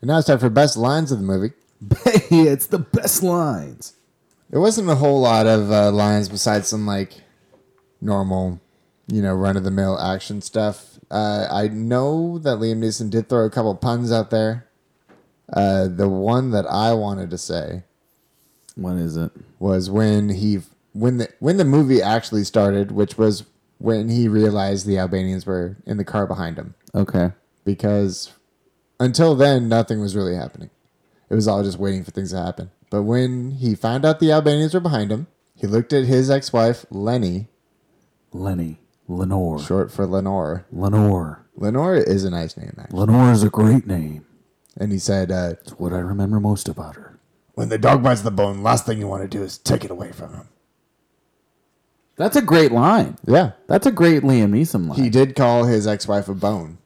and now it's time for best lines of the movie.
Hey, it's the best lines.
There wasn't a whole lot of uh, lines besides some like normal, you know, run of the mill action stuff. Uh, I know that Liam Neeson did throw a couple puns out there. Uh, the one that I wanted to say
What is it?
was when he when the when the movie actually started, which was when he realized the Albanians were in the car behind him
Okay.
because until then nothing was really happening. It was all just waiting for things to happen. But when he found out the Albanians were behind him, he looked at his ex-wife Lenny,
Lenny. Lenore.
short for Lenore.
Lenore.
Lenore is a nice name, actually.
Lenore is a great name.
And he said, uh,
It's what I remember most about her.
When the dog bites the bone, last thing you want to do is take it away from him.
That's a great line.
"Yeah,
That's a great Liam Neeson line.
he did call his ex-wife a bone."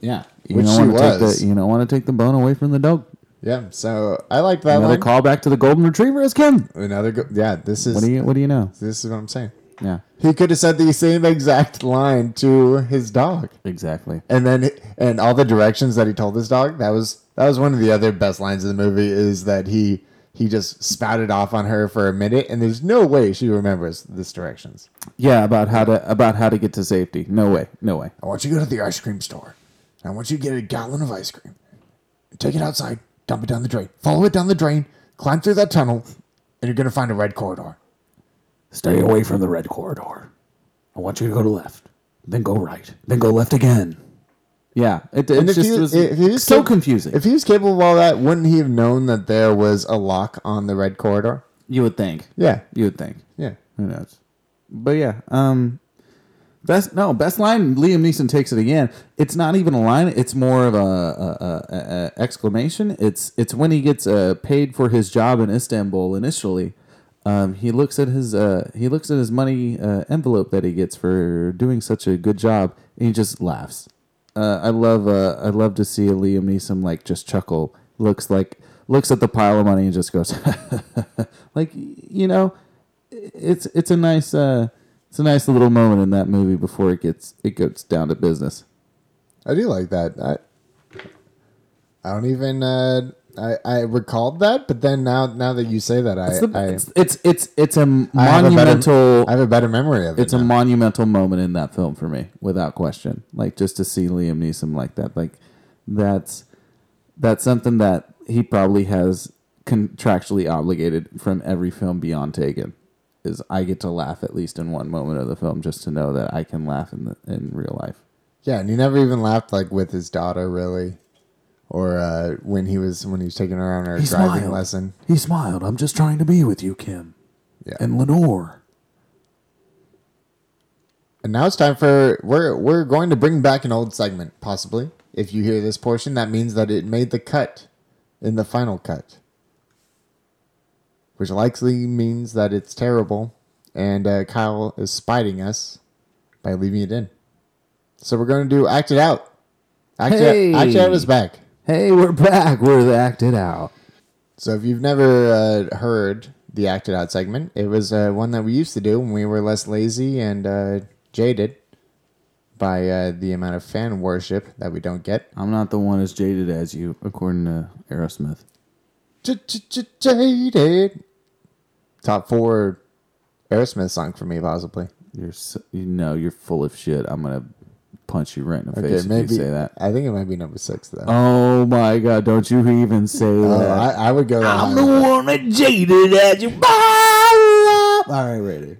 yeah. You
Which
don't
she
want to take
was.
the you don't want to take the bone away from the dog.
Yeah, so I like that
Another
line.
callback to the golden retriever is Kim.
Another, go- yeah. This is
What do you what do you know?
this is what I'm saying.
Yeah,
He could have said the same exact line to his dog.
exactly.
and then and all the directions that he told his dog that was that was one of the other best lines of the movie is that he he just spouted off on her for a minute and there's no way she remembers this directions
Yeah, about how to about how to get to safety. No way, no way.
I want you to go to the ice cream store. I want you to get a gallon of ice cream. Take it outside, dump it down the drain. Follow it down the drain, climb through that tunnel, and you're going to find a red corridor.
Stay away from the red corridor. I want you to go to left, then go right, then go left again.
Yeah, it, it
And if
just
you-
was
if you
so
took-
confusing.
if he was capable of all that wouldn't he have known that there was a lock on the red corridor
you would think.
yeah
You would think.
yeah
Who knows? But yeah, um, best no best line. Liam Neeson takes it again. It's not even a line. It's more of a, a, a, a- a exclamation. It's it's when he gets uh, paid for his job in Istanbul initially. Um, he looks at his uh, he looks at his money uh, envelope that he gets for doing such a good job, and he just laughs. Uh, I love uh, I love to see a Liam Neeson like just chuckle. Looks like looks at the pile of money and just goes like you know it's it's a nice uh it's a nice little moment in that movie before it gets it goes down to business.
i do like that i i don't even uh i i recalled that but then now now that you say that i
It's the-
I,
it's, it's it's it's a
I have a better-
monumental
I have a better memory of it
it's a
now.
monumental moment in that film for me without question. Like just to see Liam Neeson like that like that's that's something that he probably has contractually obligated from every film beyond Taken is I get to laugh at least in one moment of the film just to know that I can laugh in the, in real life.
Yeah, and he never even laughed like with his daughter really, or uh, when he was when he was taking her on her driving
smiled.
lesson.
He smiled. I'm just trying to be with you, Kim.
Yeah, and,
And Lenore.
now it's time for we're we're going to bring back an old segment possibly. If you hear this portion, that means that it made the cut in the final cut, which likely means that it's terrible, and uh, Kyle is spiting us by leaving it in. So we're going to do act it out. Act
Hey!
it out. Act it out is back.
Hey, we're back. We're acted out.
So if you've never uh, heard the acted out segment, it was uh, one that we used to do when we were less lazy and uh, jaded by uh, the amount of fan worship that we don't get.
I'm not the one as jaded as you, according to Aerosmith.
Jaded. Top four Aerosmith song for me, possibly.
You're so, you know you're full of shit. I'm gonna punch you right in the
Okay,
face if
maybe
you say that.
I think it might be number six though.
Oh my god! Don't you even say
Oh,
that.
I, I would go. uh, That high.
one that jaded as you.
All right, ready.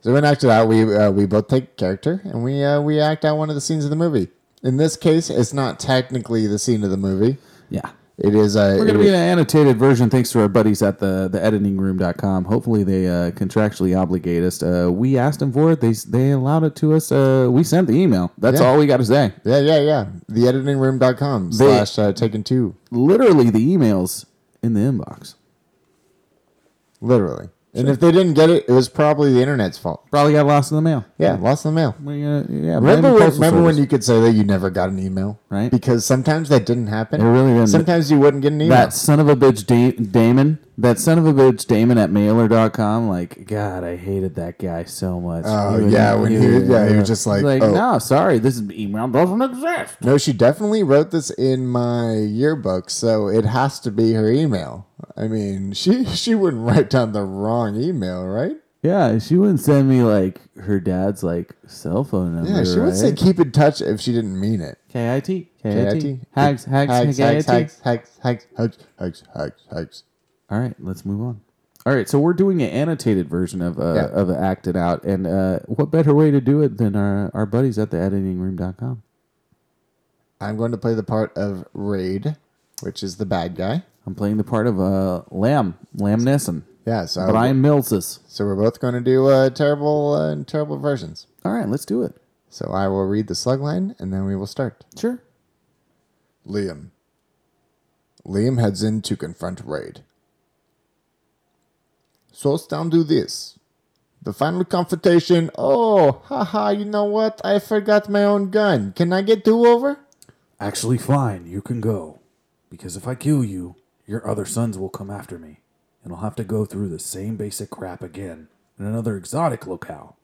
So when acted out, we uh, we both take character and we uh, we act out one of the scenes of the movie. In this case, it's not technically the scene of the movie.
Yeah.
It is a.
We're
it
gonna be
is-
an annotated version, thanks to our buddies at the theeditingroom.com. Hopefully, they uh, contractually obligate us. Uh, we asked them for it. They they allowed it to us. Uh, we sent the email. That's
Yeah.
all we got to say.
yeah, yeah, yeah. Theeditingroom.com slash uh, taken two,
Literally, the emails in the inbox.
literally. And if they didn't get it, it was probably the internet's fault.
Probably got lost in the mail.
Yeah, lost in the mail.
We, uh, yeah,
Remember
blame the
when,
postal
remember when
service.
you could say that you never got an email?
Right.
Because sometimes that didn't happen.
It really didn't.
Sometimes you wouldn't get an email.
that son of a bitch da- Damon, that son of a bitch Damon at mailer.com, like God, I hated that guy so much.
Oh, yeah, when he- yeah, he was just like,
like
oh.
no, sorry, this email doesn't exist.
No, she definitely wrote this in my yearbook, so it has to be her email. I mean, she she wouldn't write down the wrong email, right?
Yeah, she wouldn't send me like her dad's like cell phone number.
Yeah, she would say keep in touch if she didn't mean it.
KIT,
K-I-T?
KIT, Hags, Hags,
Hags, hags,
KIT.
hags, hags, hags, hags, hags, hags, hags.
All right, let's move on. All right, so we're doing an annotated version of uh,
Yeah.
of acted out, and uh, what better way to do it than our our buddies at the editingroom.com.
I'm going to play the part of Raid, which is the bad guy.
I'm playing the part of uh, Lamb, Lamb Nesson.
Yeah, so
Brian Millses.
so we're both going to do uh, terrible uh, terrible versions.
All right, let's do it.
So I will read the slug line and then we will start.
Sure.
Liam. Liam heads in to confront Raid. So it's down to this. The final confrontation. Oh, haha, you know what? I forgot my own gun. Can I get two over?
Actually, fine. You can go. Because if I kill you, your other sons will come after me. And I'll have to go through the same basic crap again. and another exotic locale,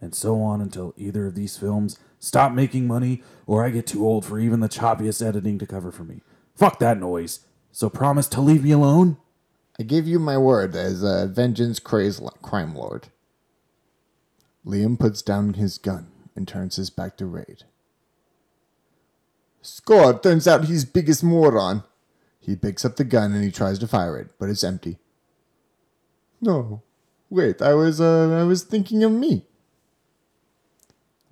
and so on until either of these films stop making money or I get too old for even the choppiest editing to cover for me. Fuck that noise. So promise to leave me alone?
I give you my word as a vengeance crazed li- crime lord. Liam puts down his gun and turns his back to Raid. Score! Turns out he's biggest moron. He picks up the gun and he tries to fire it, but it's empty. No, wait. I was uh, I was thinking of me.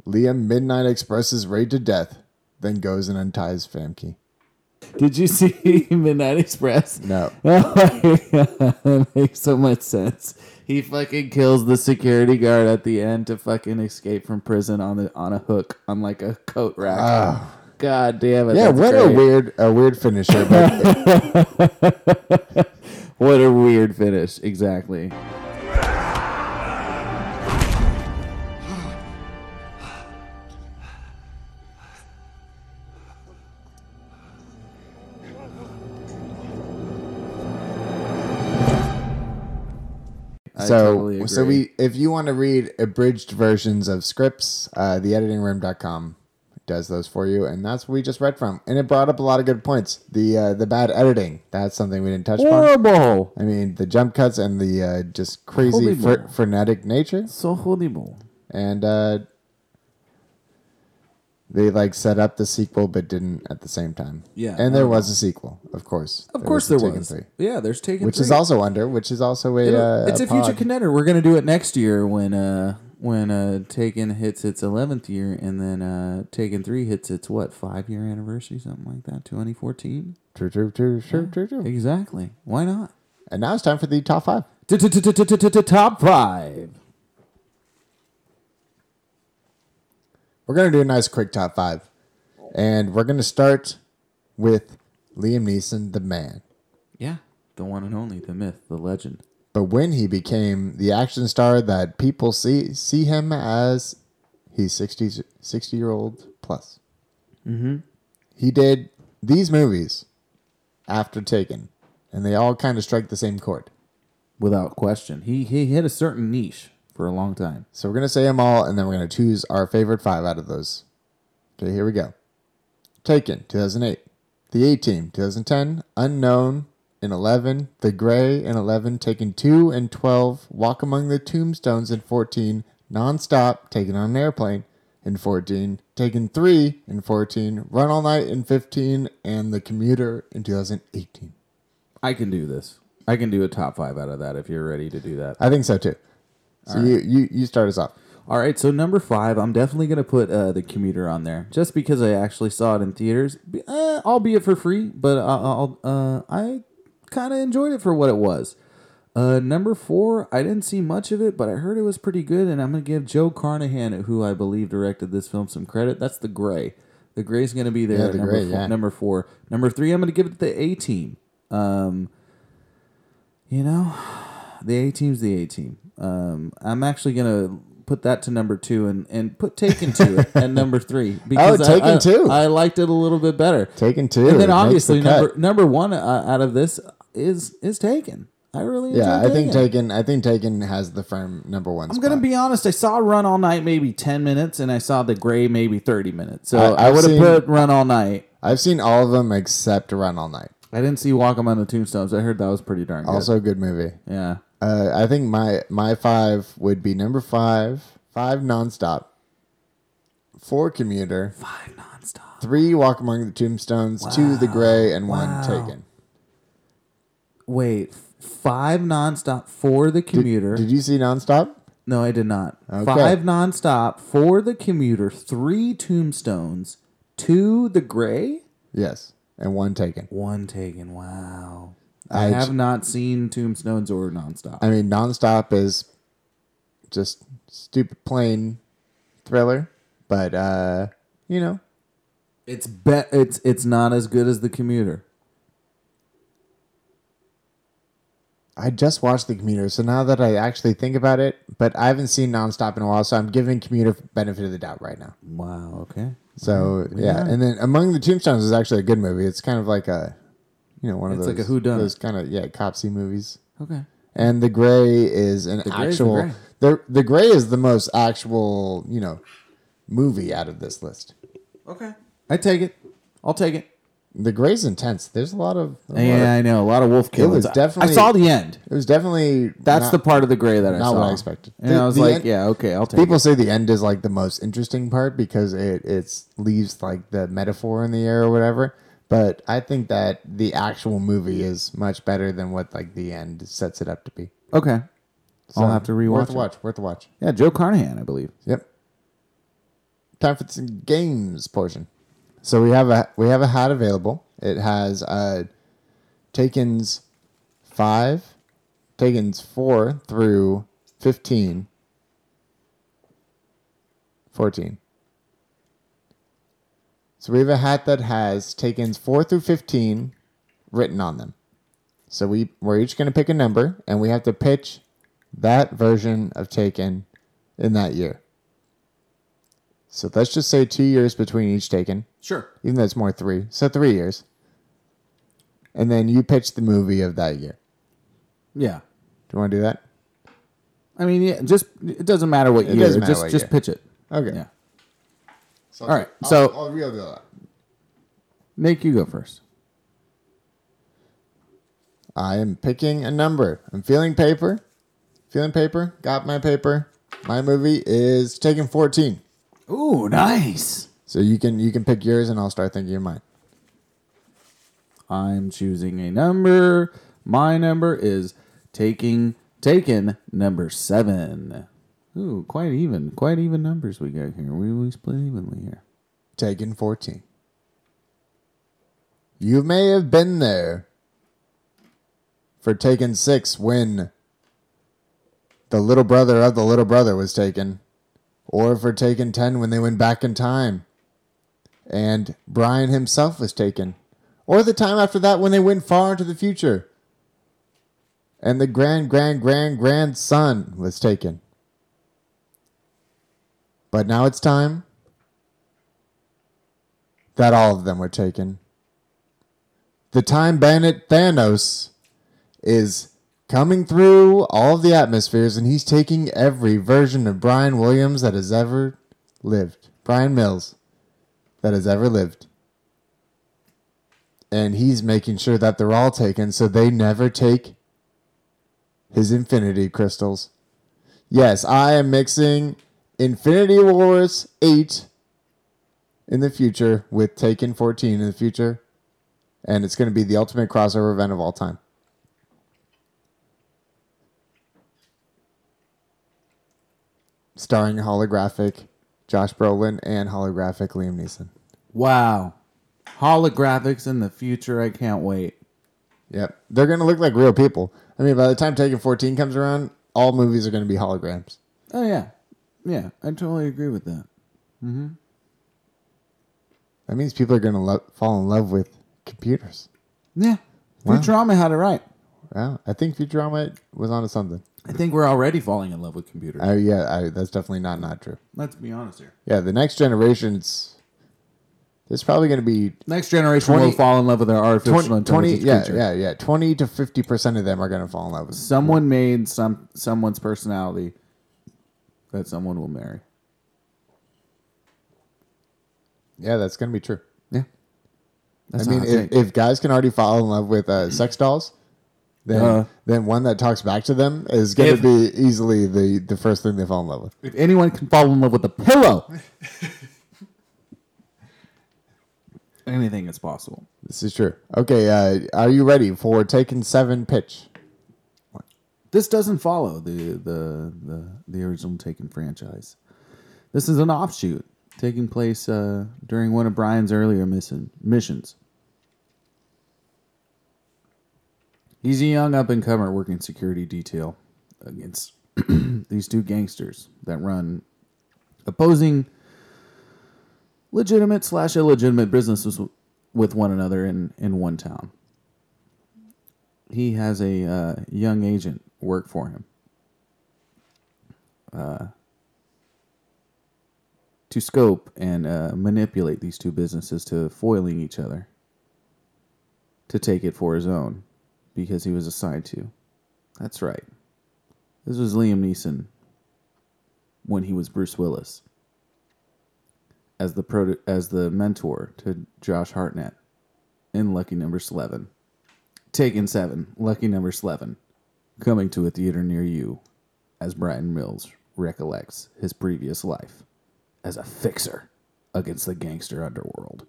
Liam Midnight expresses Raid to death, then goes and unties Famke.
Did you see Midnight Express?
No.
that makes so much sense. He fucking kills the security guard at the end to fucking escape from prison on the on a hook on like a coat rack. God damn it!
Ah. Yeah, what
that's
a
great.
weird a weird finisher, but
what a weird finish. Exactly. I
so
totally
so
agree.
we if you want to read abridged versions of scripts uh theeditingroom.com does those for you and that's what we just read from and it brought up a lot of good points the uh the bad editing that's something we didn't touch upon
horrible,
i mean the jump cuts and the uh just crazy
Holy
fr-
mo-
frenetic nature
so horrible.
and uh they like set up the sequel but didn't at the same time
Yeah,
and there
I-
was a sequel of course
um, Of course, there
the Taken
was.
Three,
Yeah, there's taken.
which is
Three.
also under which is also a
It'll-
uh,
it's a, future
pod.
contender. We're gonna do it next year when uh when uh Taken hits its eleventh year, and then uh Taken three hits its what five year anniversary, something like that, twenty fourteen.
True, true, true, true, true, true.
Exactly. Why not?
And now it's time for the top five.
Top five.
We're gonna do a nice quick top five, and we're gonna start with Liam Neeson, the man.
Yeah, the one and only, the myth, the legend.
But when he became the action star that people see see him as, he's 60, 60 year old plus. Mm-hmm. He did these movies after Taken, and they all kind of strike the same chord.
Without question, he he hit a certain niche for a long time.
So we're gonna say them all, and then we're gonna choose our favorite five out of those. Okay, here we go. Taken, 2008. The A Team, 2010. Unknown, in 11. The Gray, in 11. Taken 2 and 12. Walk Among the Tombstones, in 14. Nonstop, Taken on an Airplane, in 14. Taken 3, in 14. Run All Night, in 15. And The Commuter, in 2018.
I can do this. I can do a top five out of that if you're ready to do that.
I think so too. So you, you you start us off.
All right, so number five, I'm definitely gonna put uh, the commuter on there, just because I actually saw it in theaters, b- uh, albeit for free. But I- I'll, uh, I kind of enjoyed it for what it was. Uh, number four, I didn't see much of it, but I heard it was pretty good, and I'm gonna give Joe Carnahan, who I believe directed this film, some credit. That's the Gray. The Gray's gonna be there.
Yeah,
at
The
number
Grey,
fo-
yeah.
Number four. Number three, I'm gonna give it the A Team. Um, you know, the A team's the A team. Um, I'm actually gonna put that to number two and, and put Taken two at number three because I-
Taken
I,
Oh, two.
I liked it a little bit better.
Taken two,
and
it makes
then obviously
the cut.
number number one uh, out of this is is Taken. I really
Yeah, I
enjoyed
think
Taken.
Taken. I think Taken has the firm number one.
I'm gonna
spot.
be honest. I saw Run All Night maybe ten minutes, and I saw The Gray maybe thirty minutes. So
I-
I,
I've
would have
seen-
put Run All Night.
I've seen all of them except Run All Night.
I didn't see Walk Among the Tombstones. I heard that was pretty darn good.
Also, a good movie.
yeah,
Uh, I think my my five would be number five, five nonstop, four commuter,
five nonstop.
three Walk Among the Tombstones, two The Gray, and one
Wow.
Taken.
Wait, five nonstop for the commuter.
Did you see nonstop?
No, I did not.
Okay.
Five nonstop for the commuter, three tombstones, two the gray,
Yes, and one Taken.
one taken. Wow.
I
I, have
j-
not seen tombstones or nonstop.
I mean, nonstop is just stupid plain thriller, but uh, you know,
it's bet it's it's not as good as the commuter.
I just watched The Commuter, so now that I actually think about it, but I haven't seen Nonstop in a while, so I'm giving Commuter benefit of the doubt right now.
Wow, okay.
So
Mm-hmm.
yeah, and then Among the Tombstones is actually a good movie. It's kind of like a, you know, one
It's
of
like
those
a whodunit.
those kind of yeah copsy movies.
Okay.
And The Gray is an
Grey's The
actual.
Grey.
The, The the gray is the most actual, you know, movie out of this list.
Okay. I take it. I'll take it.
The gray's intense. There's a lot of a lot
Yeah, I know. A lot of wolf killers.
was
I- I
definitely-
saw the end.
of- it was definitely
That's
not-
the part of the gray that I
not
saw.
what I expected.
And
The-
I was
the
like,
end-
yeah, okay, I'll take
People say the end is like the most interesting part because it it's leaves like the metaphor in the air or whatever. But I think that the actual movie is much better than what like the end sets it up to be.
it. Okay. I'll have to rewatch.
Worth a
it.
watch. Worth a watch.
Yeah, Joe Carnahan, I believe.
Yep. Time for some games portion. So we have a we have a hat available. It has uh Takens five, Takens four through 15, 14. So we have a hat that has Takens four through fifteen written on them. So we we're each going to pick a number, and we have to pitch that version of Taken in that year. So let's just say two years between each Taken,
Sure.
even though it's more three. So three years, and then you pitch the movie of that year.
Yeah.
Do you want to do that?
I mean, yeah, just it doesn't matter what
It
year.
doesn't matter
just
what
just
year.
pitch it.
Okay.
Yeah.
So
All right, so-
I'll, I'll reel do that.
Nick, you go first.
I am picking a number. I'm feeling paper. Feeling paper. Got my paper. My movie is Taken 14.
Ooh, nice.
So you can you can pick yours, and I'll start thinking of mine.
I'm choosing a number. My number is taking taken number seven. Ooh, quite even, quite even numbers we got here. We we split evenly here.
Taken 14. You may have been there for Taken 6 when the little brother of the little brother was taken, or for Taken 10 when they went back in time and Brian himself was taken, or the time after that when they went far into the future and the grand, grand, grand, grandson was taken. But now it's time that all of them were taken. The time bandit Thanos is coming through all of the atmospheres and he's taking every version of Brian Williams that has ever lived. Brian Mills that has ever lived. And he's making sure that they're all taken so they never take his infinity crystals. Yes, I am mixing Infinity Wars 8 in the future with Taken 14 in the future. And it's going to be the ultimate crossover event of all time. Starring holographic Josh Brolin and holographic Liam Neeson.
Wow, holographics in the future. I can't wait.
Yep. They're going to look like real people. I mean, by the time Taken 14 comes around, all movies are going to be holograms.
Oh yeah, yeah. I totally agree with that.
That means people are going to lo- fall in love with computers.
Yeah,
Wow.
Futurama had it right.
Wow. I think Futurama was onto something.
I think we're already falling in love with computers.
Oh, yeah. I, that's definitely not not true.
Let's be honest here.
Yeah, the next generation's there's probably going to be
Next generation
20
will fall in love with our artificial
20, 20
intelligence
yeah,
creature.
yeah, yeah, 20 to 50% of them are going to fall in love with. it.
Someone made some someone's personality that someone will marry.
Yeah, that's going to be true.
Yeah. That's
I mean, if, if guys can already fall in love with uh, sex dolls, then
Uh.
then one that talks back to them is going
If-
to be easily the, the first thing they fall in love with.
if anyone can fall in love with a pillow, anything is possible.
This is true. Okay, uh, are you ready for taking 7 pitch?
This doesn't follow the the the, the original Taken franchise. This is an offshoot taking place uh, during one of Brian's earlier mission, missions. He's a young up and comer working security detail against these two gangsters that run opposing legitimate slash illegitimate businesses w- with one another in, in one town. He has a uh, young agent work for him uh, to scope and uh, manipulate these two businesses to foiling each other to take it for his own because he was assigned to. That's right. This was Liam Neeson when he was Bruce Willis as the proto- as the mentor to Josh Hartnett in Lucky Number Eleven. Taken Seven, Lucky Number Eleven, coming to a theater near you, as Brian Mills recollects his previous life as a fixer against the gangster underworld.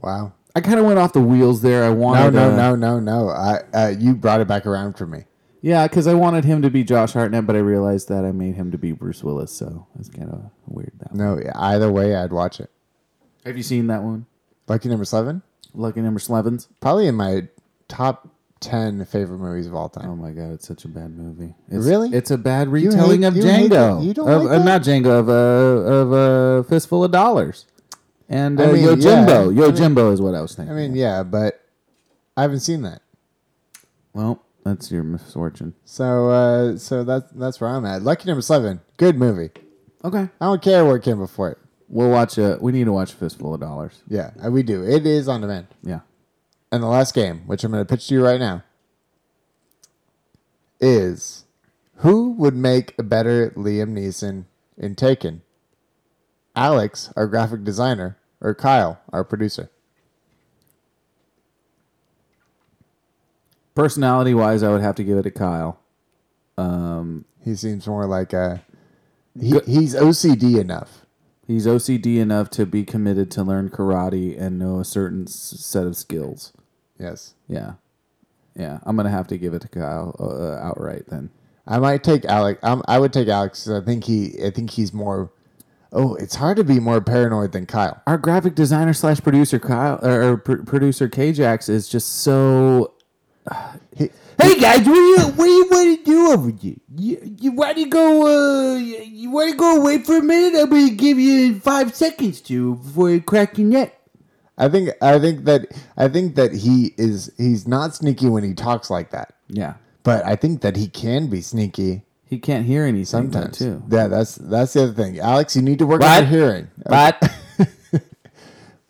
Wow.
I kind of went off the wheels there. I
No,
wanted
no,
uh,
no, no, no. I uh, you brought it back around for me.
Yeah, because I wanted him to be Josh Hartnett, but I realized that I made him to be Bruce Willis, so it's kind of weird. That one.
No, either way, I'd watch it.
Have you seen that one,
Lucky number seven,
Lucky Number Slevens?
probably in my top ten favorite movies of all time.
Oh my god, it's such a bad movie. It's,
Really?
It's a bad retelling
hate-
of
you hate
Django.
it? You don't
of,
like
uh,
that?
Not Django of uh, of a fistful of dollars. And uh,
I mean,
Yo Jimbo,
yeah.
Yo Jimbo is what I was thinking.
I mean, yeah, but I haven't seen that.
well, that's your misfortune.
So, uh, so that's that's where I'm at. Lucky number seven, good movie.
Okay,
I don't care what came before it.
we'll watch a. We need to watch Fistful of Dollars.
Yeah, uh, we do. It is on demand.
Yeah.
And the last game, which I'm going to pitch to you right now, is who would make a better Liam Neeson in Taken? Alex, our graphic designer, or Kyle, our producer?
Personality wise, I would have to give it to Kyle.
He seems more like a. He, he's OCD enough.
He's OCD enough to be committed to learn karate and know a certain s- set of skills.
Yes.
Yeah, yeah. I'm gonna have to give it to Kyle uh, outright then.
I might take Alex. Um, I would take Alex 'cause I think he. I think he's more. Oh, it's hard to be more paranoid than Kyle.
our graphic designer slash producer Kyle or, or pr- producer Kjax is just so
Hey guys, what do you what do you want to do over here? You, you want to go? Uh, you, you want to go away for a minute? I'm gonna give you five seconds to before you crack your neck.
I think. I think that. I think that he is. He's not sneaky when he talks like that.
yeah.
but I think that he can be sneaky
He can't hear anything
sometimes.
sometimes too.
Yeah, that's that's the other thing, Alex. You need to work on
Right.
your hearing.
But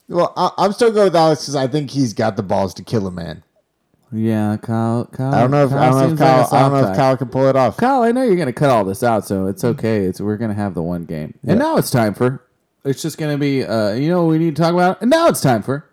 Well, I, I'm still going with Alex because I think he's got the balls to kill a man.
yeah, Kyle. Kyle
I don't know if I don't know if
seems like
Kyle,
a
I don't know
soft
if
guy.
Kyle can pull it off.
Kyle, I know you're gonna cut all this out, so it's
Mm.
okay. It's we're gonna have the one game, and now it's time for. It's just gonna be, uh, you know, what we need to talk about, and now it's time for.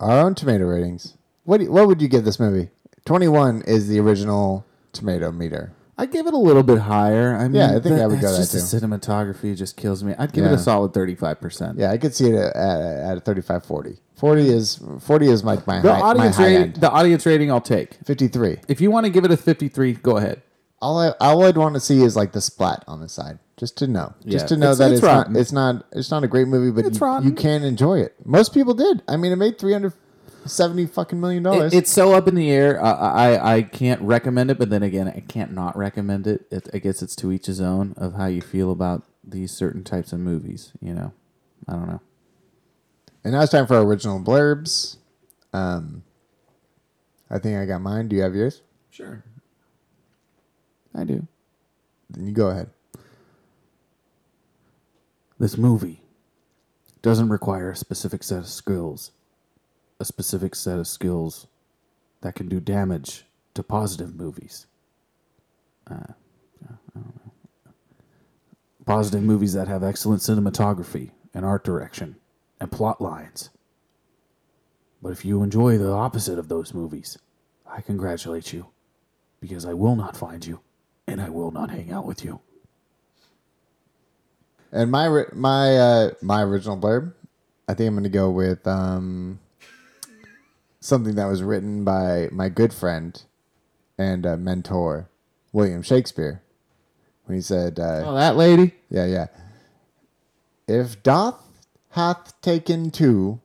Our own tomato ratings. What do you- what would you give this movie? 21 is the original tomato meter.
I give it a little bit higher. I mean,
Yeah, I think I would
that's
go that,
just the cinematography just kills me. I'd give it
Yeah.
a solid thirty-five percent.
Yeah, I could see it at, at, at 35, 40. 40 is 40 is my my
The
high,
audience
my high
rating,
end.
the audience rating, I'll take.
53.
If you want to give it a 53, go ahead.
All I all I'd want to see is like the splat on the side, just to know,
Yeah.
just to know
It's-
that
it's
it's, not
rotten.
it's not it's not a great movie, but
It's
you,
rotten.
you can enjoy it. Most people did. I mean, it made three hundred seventy fucking million dollars.
It, it's so up in the air. I, I I can't recommend it, but then again, I can't not recommend it. it. I guess it's to each his own of how you feel about these certain types of movies. You know, I don't know.
and now it's time for our original blurbs. Um, I think I got mine. Do you have yours?
Sure, I do.
Then you go ahead.
This movie doesn't require a specific set of skills, a specific set of skills that can do damage to positive movies. Uh, I don't know. Positive movies that have excellent cinematography and art direction and plot lines. But if you enjoy the opposite of those movies, I congratulate you because I will not find you and I will not hang out with you.
And my ri- my uh, my original blurb, I think I'm going to go with um, something that was written by my good friend and uh, mentor William Shakespeare when he said, uh,
Oh, that lady.
"Yeah, yeah, if doth hath taken too,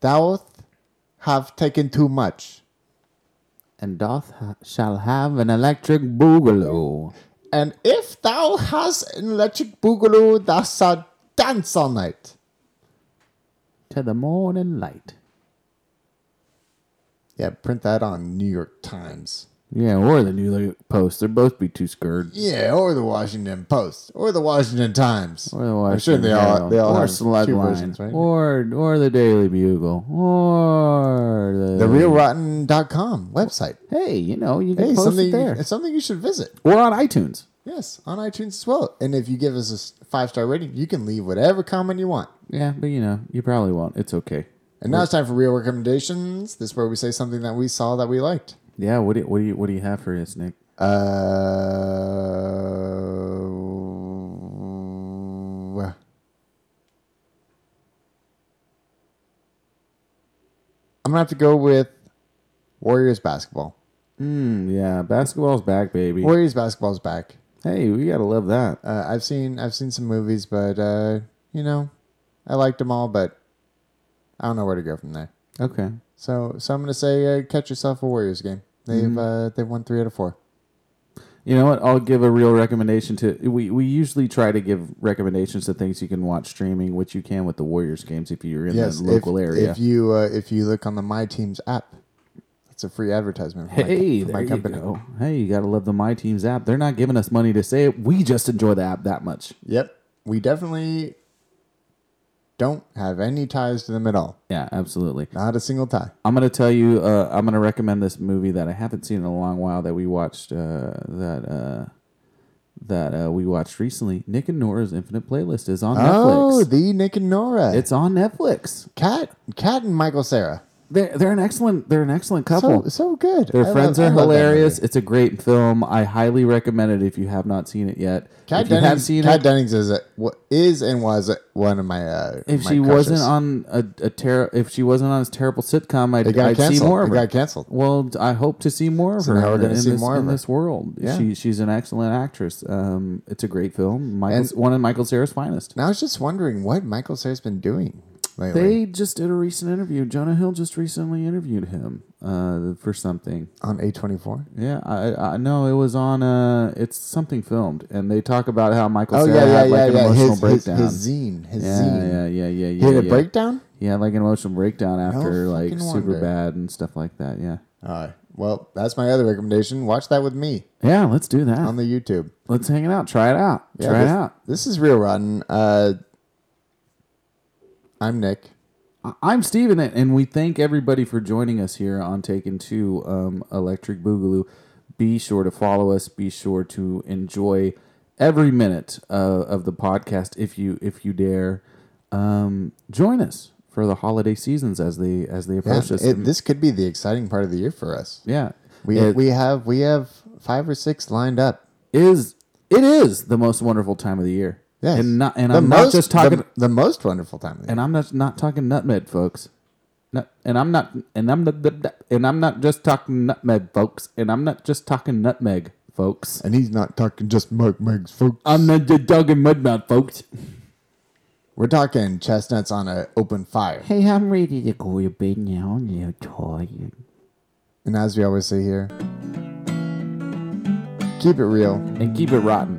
thou'th have taken too much,
and doth ha- shall have an electric boogaloo.
and if thou hast an electric boogaloo, thou shalt dance all night."
To the morning light.
Yeah, print that on New York Times.
Yeah, or the New York Post. They'd both be too scared.
Yeah, or the Washington Post, or the Washington Times.
Or the Washington
I'm sure they all
Herald,
they all
or
have
Select
two
Line,
versions, right?
or or the Daily Bugle, or the,
the realrotten.com website.
Hey, you know you can
Hey,
post
something
it there,
it's something you should visit.
or on iTunes.
Yes, on iTunes as well. And if you give us a five star rating, you can leave whatever comment you want.
Yeah, but you know you probably won't. It's okay.
And now it's time for real recommendations. This is where we say something that we saw that we liked.
Yeah, what do you, what do you what do you have for us, Nick?
Uh, I'm gonna have to go with Warriors basketball.
Hmm, Yeah, basketball's back, baby.
Warriors basketball's back.
Hey, we gotta love that.
Uh, I've seen I've seen some movies, but uh, you know, I liked them all, but I don't know where to go from there.
Okay,
So so I'm gonna say uh, catch yourself a Warriors game. They've uh, they've won three out of four.
you know what? I'll give a real recommendation to. We we usually try to give recommendations to things you can watch streaming, which you can with the Warriors games if you're in
Yes,
the local
if,
area.
If you uh, if you look on the My Teams app, that's a free advertisement. For my-
Hey,
for
there you go. Hey, you gotta love the My Teams app. They're not giving us money to say it. We just enjoy the app that much.
Yep, we definitely don't have any ties to them at all.
Yeah, absolutely.
Not a single tie.
I'm gonna tell you. Uh, I'm gonna recommend this movie that I haven't seen in a long while that we watched. Uh, that uh, that uh, we watched recently. Nick and Nora's Infinite Playlist is on
Oh,
Netflix.
the Nick and Nora.
it's on Netflix.
Cat, Cat and Michael Sarah.
They're they're an excellent they're an excellent couple.
So so good.
Their
I
friends
love- I
are
love that
hilarious.
movie.
It's a great film. I highly recommend it if you have not seen it yet.
Kat
if you have
Dennings,
seen
Kat
it,
Dennings is a, wa- is and was a- one of my. Uh,
if
my
she wasn't
crushes.
on a, a ter- if she wasn't on this terrible sitcom, I'd,
it got
I'd
canceled.
see more of
it
her.
got canceled.
Well, d- I hope to see more of
So
her.
now we're
in
gonna
the- in
see
this,
more of
in
her.
this world.
Yeah.
She she's an excellent actress. Um, it's a great film.
And-
Michael's one of Michael Cera's finest.
Now I was just wondering what Michael Sarah's been doing lately.
They just did a recent interview. Jonah Hill just recently interviewed him uh, for something.
on A24.
Yeah, I, I no, it was on. Uh, it's something filmed, and they talk about how Michael
Oh
Cera
yeah, yeah,
had like
yeah,
an
yeah.
emotional
His, his,
breakdown.
his zine, his
yeah,
zine.
yeah, yeah, yeah, yeah.
He had a
yeah.
breakdown.
He had like an emotional breakdown after like
fucking wonder.
super bad and stuff like that. Yeah,
All right. Well, that's my other recommendation. Watch that with me
yeah. Let's do that.
on the YouTube.
Let's hang it out. Try it out.
Yeah,
Try it
this,
out.
This is real rotten. Uh, I'm Nick.
I- I'm Steven, and- and we thank everybody for joining us here on Taken 2 um, Electric Boogaloo. Be sure to follow us. Be sure to enjoy every minute uh, of the podcast if you if you dare. Um, join us for the holiday seasons as they as they
Yeah,
approach us.
it, this could be the exciting part of the year for us.
yeah,
We
it
we have we have five or six lined up.
is it is the most wonderful time of the year.
Yes.
and not and
The
I'm
most-
not just talking.
the, the most wonderful time of the year.
and I'm not not talking nutmeg, folks. Nut, and I'm not, and I'm not, and I'm not just talking nutmeg, folks. And I'm not just talking nutmeg, folks.
And he's not talking just Mark Meg's folks.
I'm not just talking mudmouth, folks.
We're talking chestnuts on an open fire.
Hey, I'm ready to go to bed now. I'm a little tired.
And as we always say here, keep it real.
And keep it rotten.